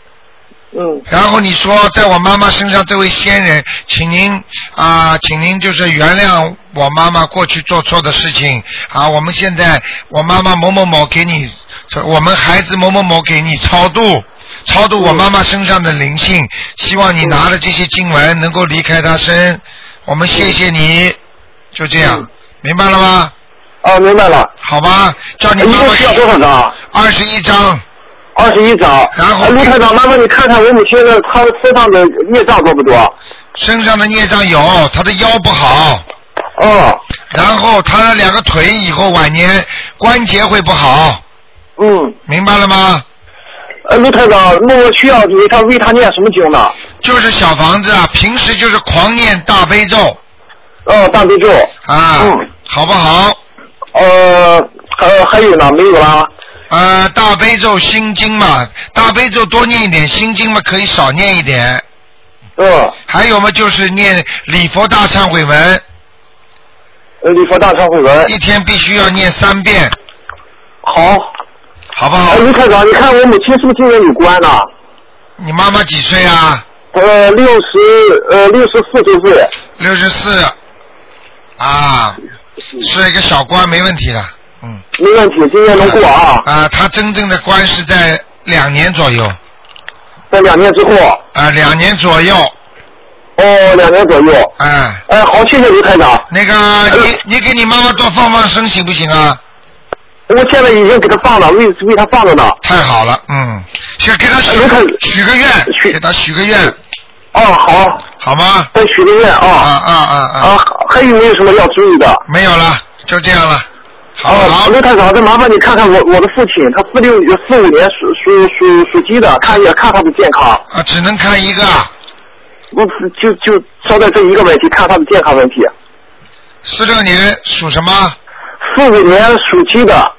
S3: 嗯。
S1: 然后你说，在我妈妈身上，这位仙人，请您啊、请您就是原谅我妈妈过去做错的事情啊。我们现在，我妈妈某某某给你，我们孩子某某某给你超度，超度我妈妈身上的灵性，希望你拿了这些经文能够离开她身。我们谢谢你，就这样，明白了吗？
S3: 哦，明白了。
S1: 好吧，叫你
S3: 一
S4: 哎
S1: 妈
S3: 共
S1: 妈
S4: 嗯
S3: 需要多少张？
S1: 二十一张。
S3: 啊二十一张。
S1: 然后
S3: 呃卢台长，麻烦你看看我母亲的她身上的孽障多不多？
S1: 身上的孽障有，他的腰不好，
S3: 哦，
S1: 然后他的两个腿以后晚年关节会不好，
S3: 嗯，
S1: 明白了吗？
S3: 呃，卢台长，那我需要你为她为她念什么经呢？
S1: 就是小房子啊，平时就是狂念大悲咒
S3: 哦，大悲咒。
S1: 啊，
S3: 嗯
S1: 好不好？
S3: 呃，呃，还有呢？没有啦。
S1: 呃，大悲咒心经嘛，大悲咒多念一点，心经嘛可以少念一点。
S3: 嗯，
S1: 还有嘛，就是念礼佛大忏悔文，
S3: 呃礼佛大忏悔文。
S1: 一天必须要念三遍，
S3: 好。
S1: 好不好
S3: 呃，？卢台长，你看我母亲是不是今年有关呢？
S1: 你妈妈几岁啊？
S3: 呃，六十呃六十四周岁。
S1: 六十四，啊，是一个小官，没问题的。嗯，
S3: 没问题，今年能过啊，
S1: 啊，他真正的官是在两年左右，
S3: 在两年之后，
S1: 啊，两年左右，
S3: 哦，两年左右。
S1: 哎、
S3: 哎，好，谢谢卢台长，
S1: 那个你你给你妈妈多放放生行不行啊？
S3: 我现在已经给他放了，为为他放着呢。
S1: 太好了，嗯，先给他许
S3: 哎卢
S1: 个
S3: 太
S1: 许个愿，
S3: 许
S1: 给他许个愿，
S3: 哦，好，
S1: 好吗？
S3: 再许个愿
S1: 啊
S3: 啊
S1: 啊啊
S3: 啊
S1: 啊！，
S3: 还有没有什么要注意的？
S1: 没有了，就这样了，好不
S3: 哦，
S1: 好？
S3: 卢台长，再麻烦你看看我我的父亲，他四六四五年属属属属鸡的，看一下看他的健康，
S1: 啊，只能看一个啊，
S3: 不是就就捎带这一个问题，看他的健康问题。
S1: 四六年属什么？
S3: 四五年属鸡的，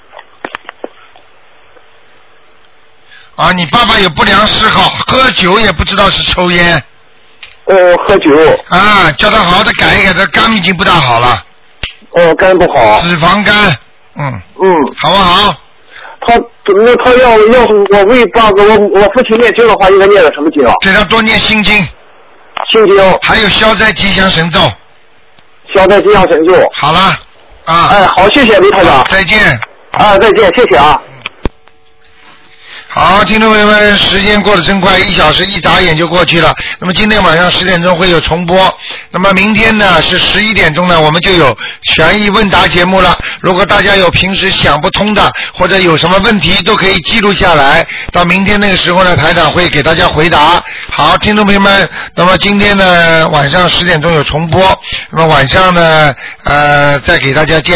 S1: 啊，你爸爸有不良嗜好，喝酒也不知道是抽烟
S3: 呃，喝酒，
S1: 啊，叫他好好的改一改，他肝已经不大好了，
S3: 呃，肝不好，
S1: 脂肪肝，嗯，
S3: 嗯，
S1: 好不好？
S3: 他那他要要是我为爸爸我我父亲念经的话，应该念的什么经啊？
S1: 给他多念心经，
S3: 心经、
S1: 还有消灾吉祥神咒。
S3: 消灾吉祥神咒。
S1: 好了，啊，
S3: 哎，好，谢谢李台长。
S1: 再见。
S3: 啊，再见，谢谢啊。
S1: 好，听众朋友们，时间过得真快，一小时一眨眼就过去了。那么今天晚上十点钟会有重播，那么明天呢是十一点钟呢，我们就有悬疑问答节目了。如果大家有平时想不通的或者有什么问题，都可以记录下来，到明天那个时候呢，台长会给大家回答。好，听众朋友们，那么今天呢晚上十点钟有重播，那么晚上呢呃再给大家见。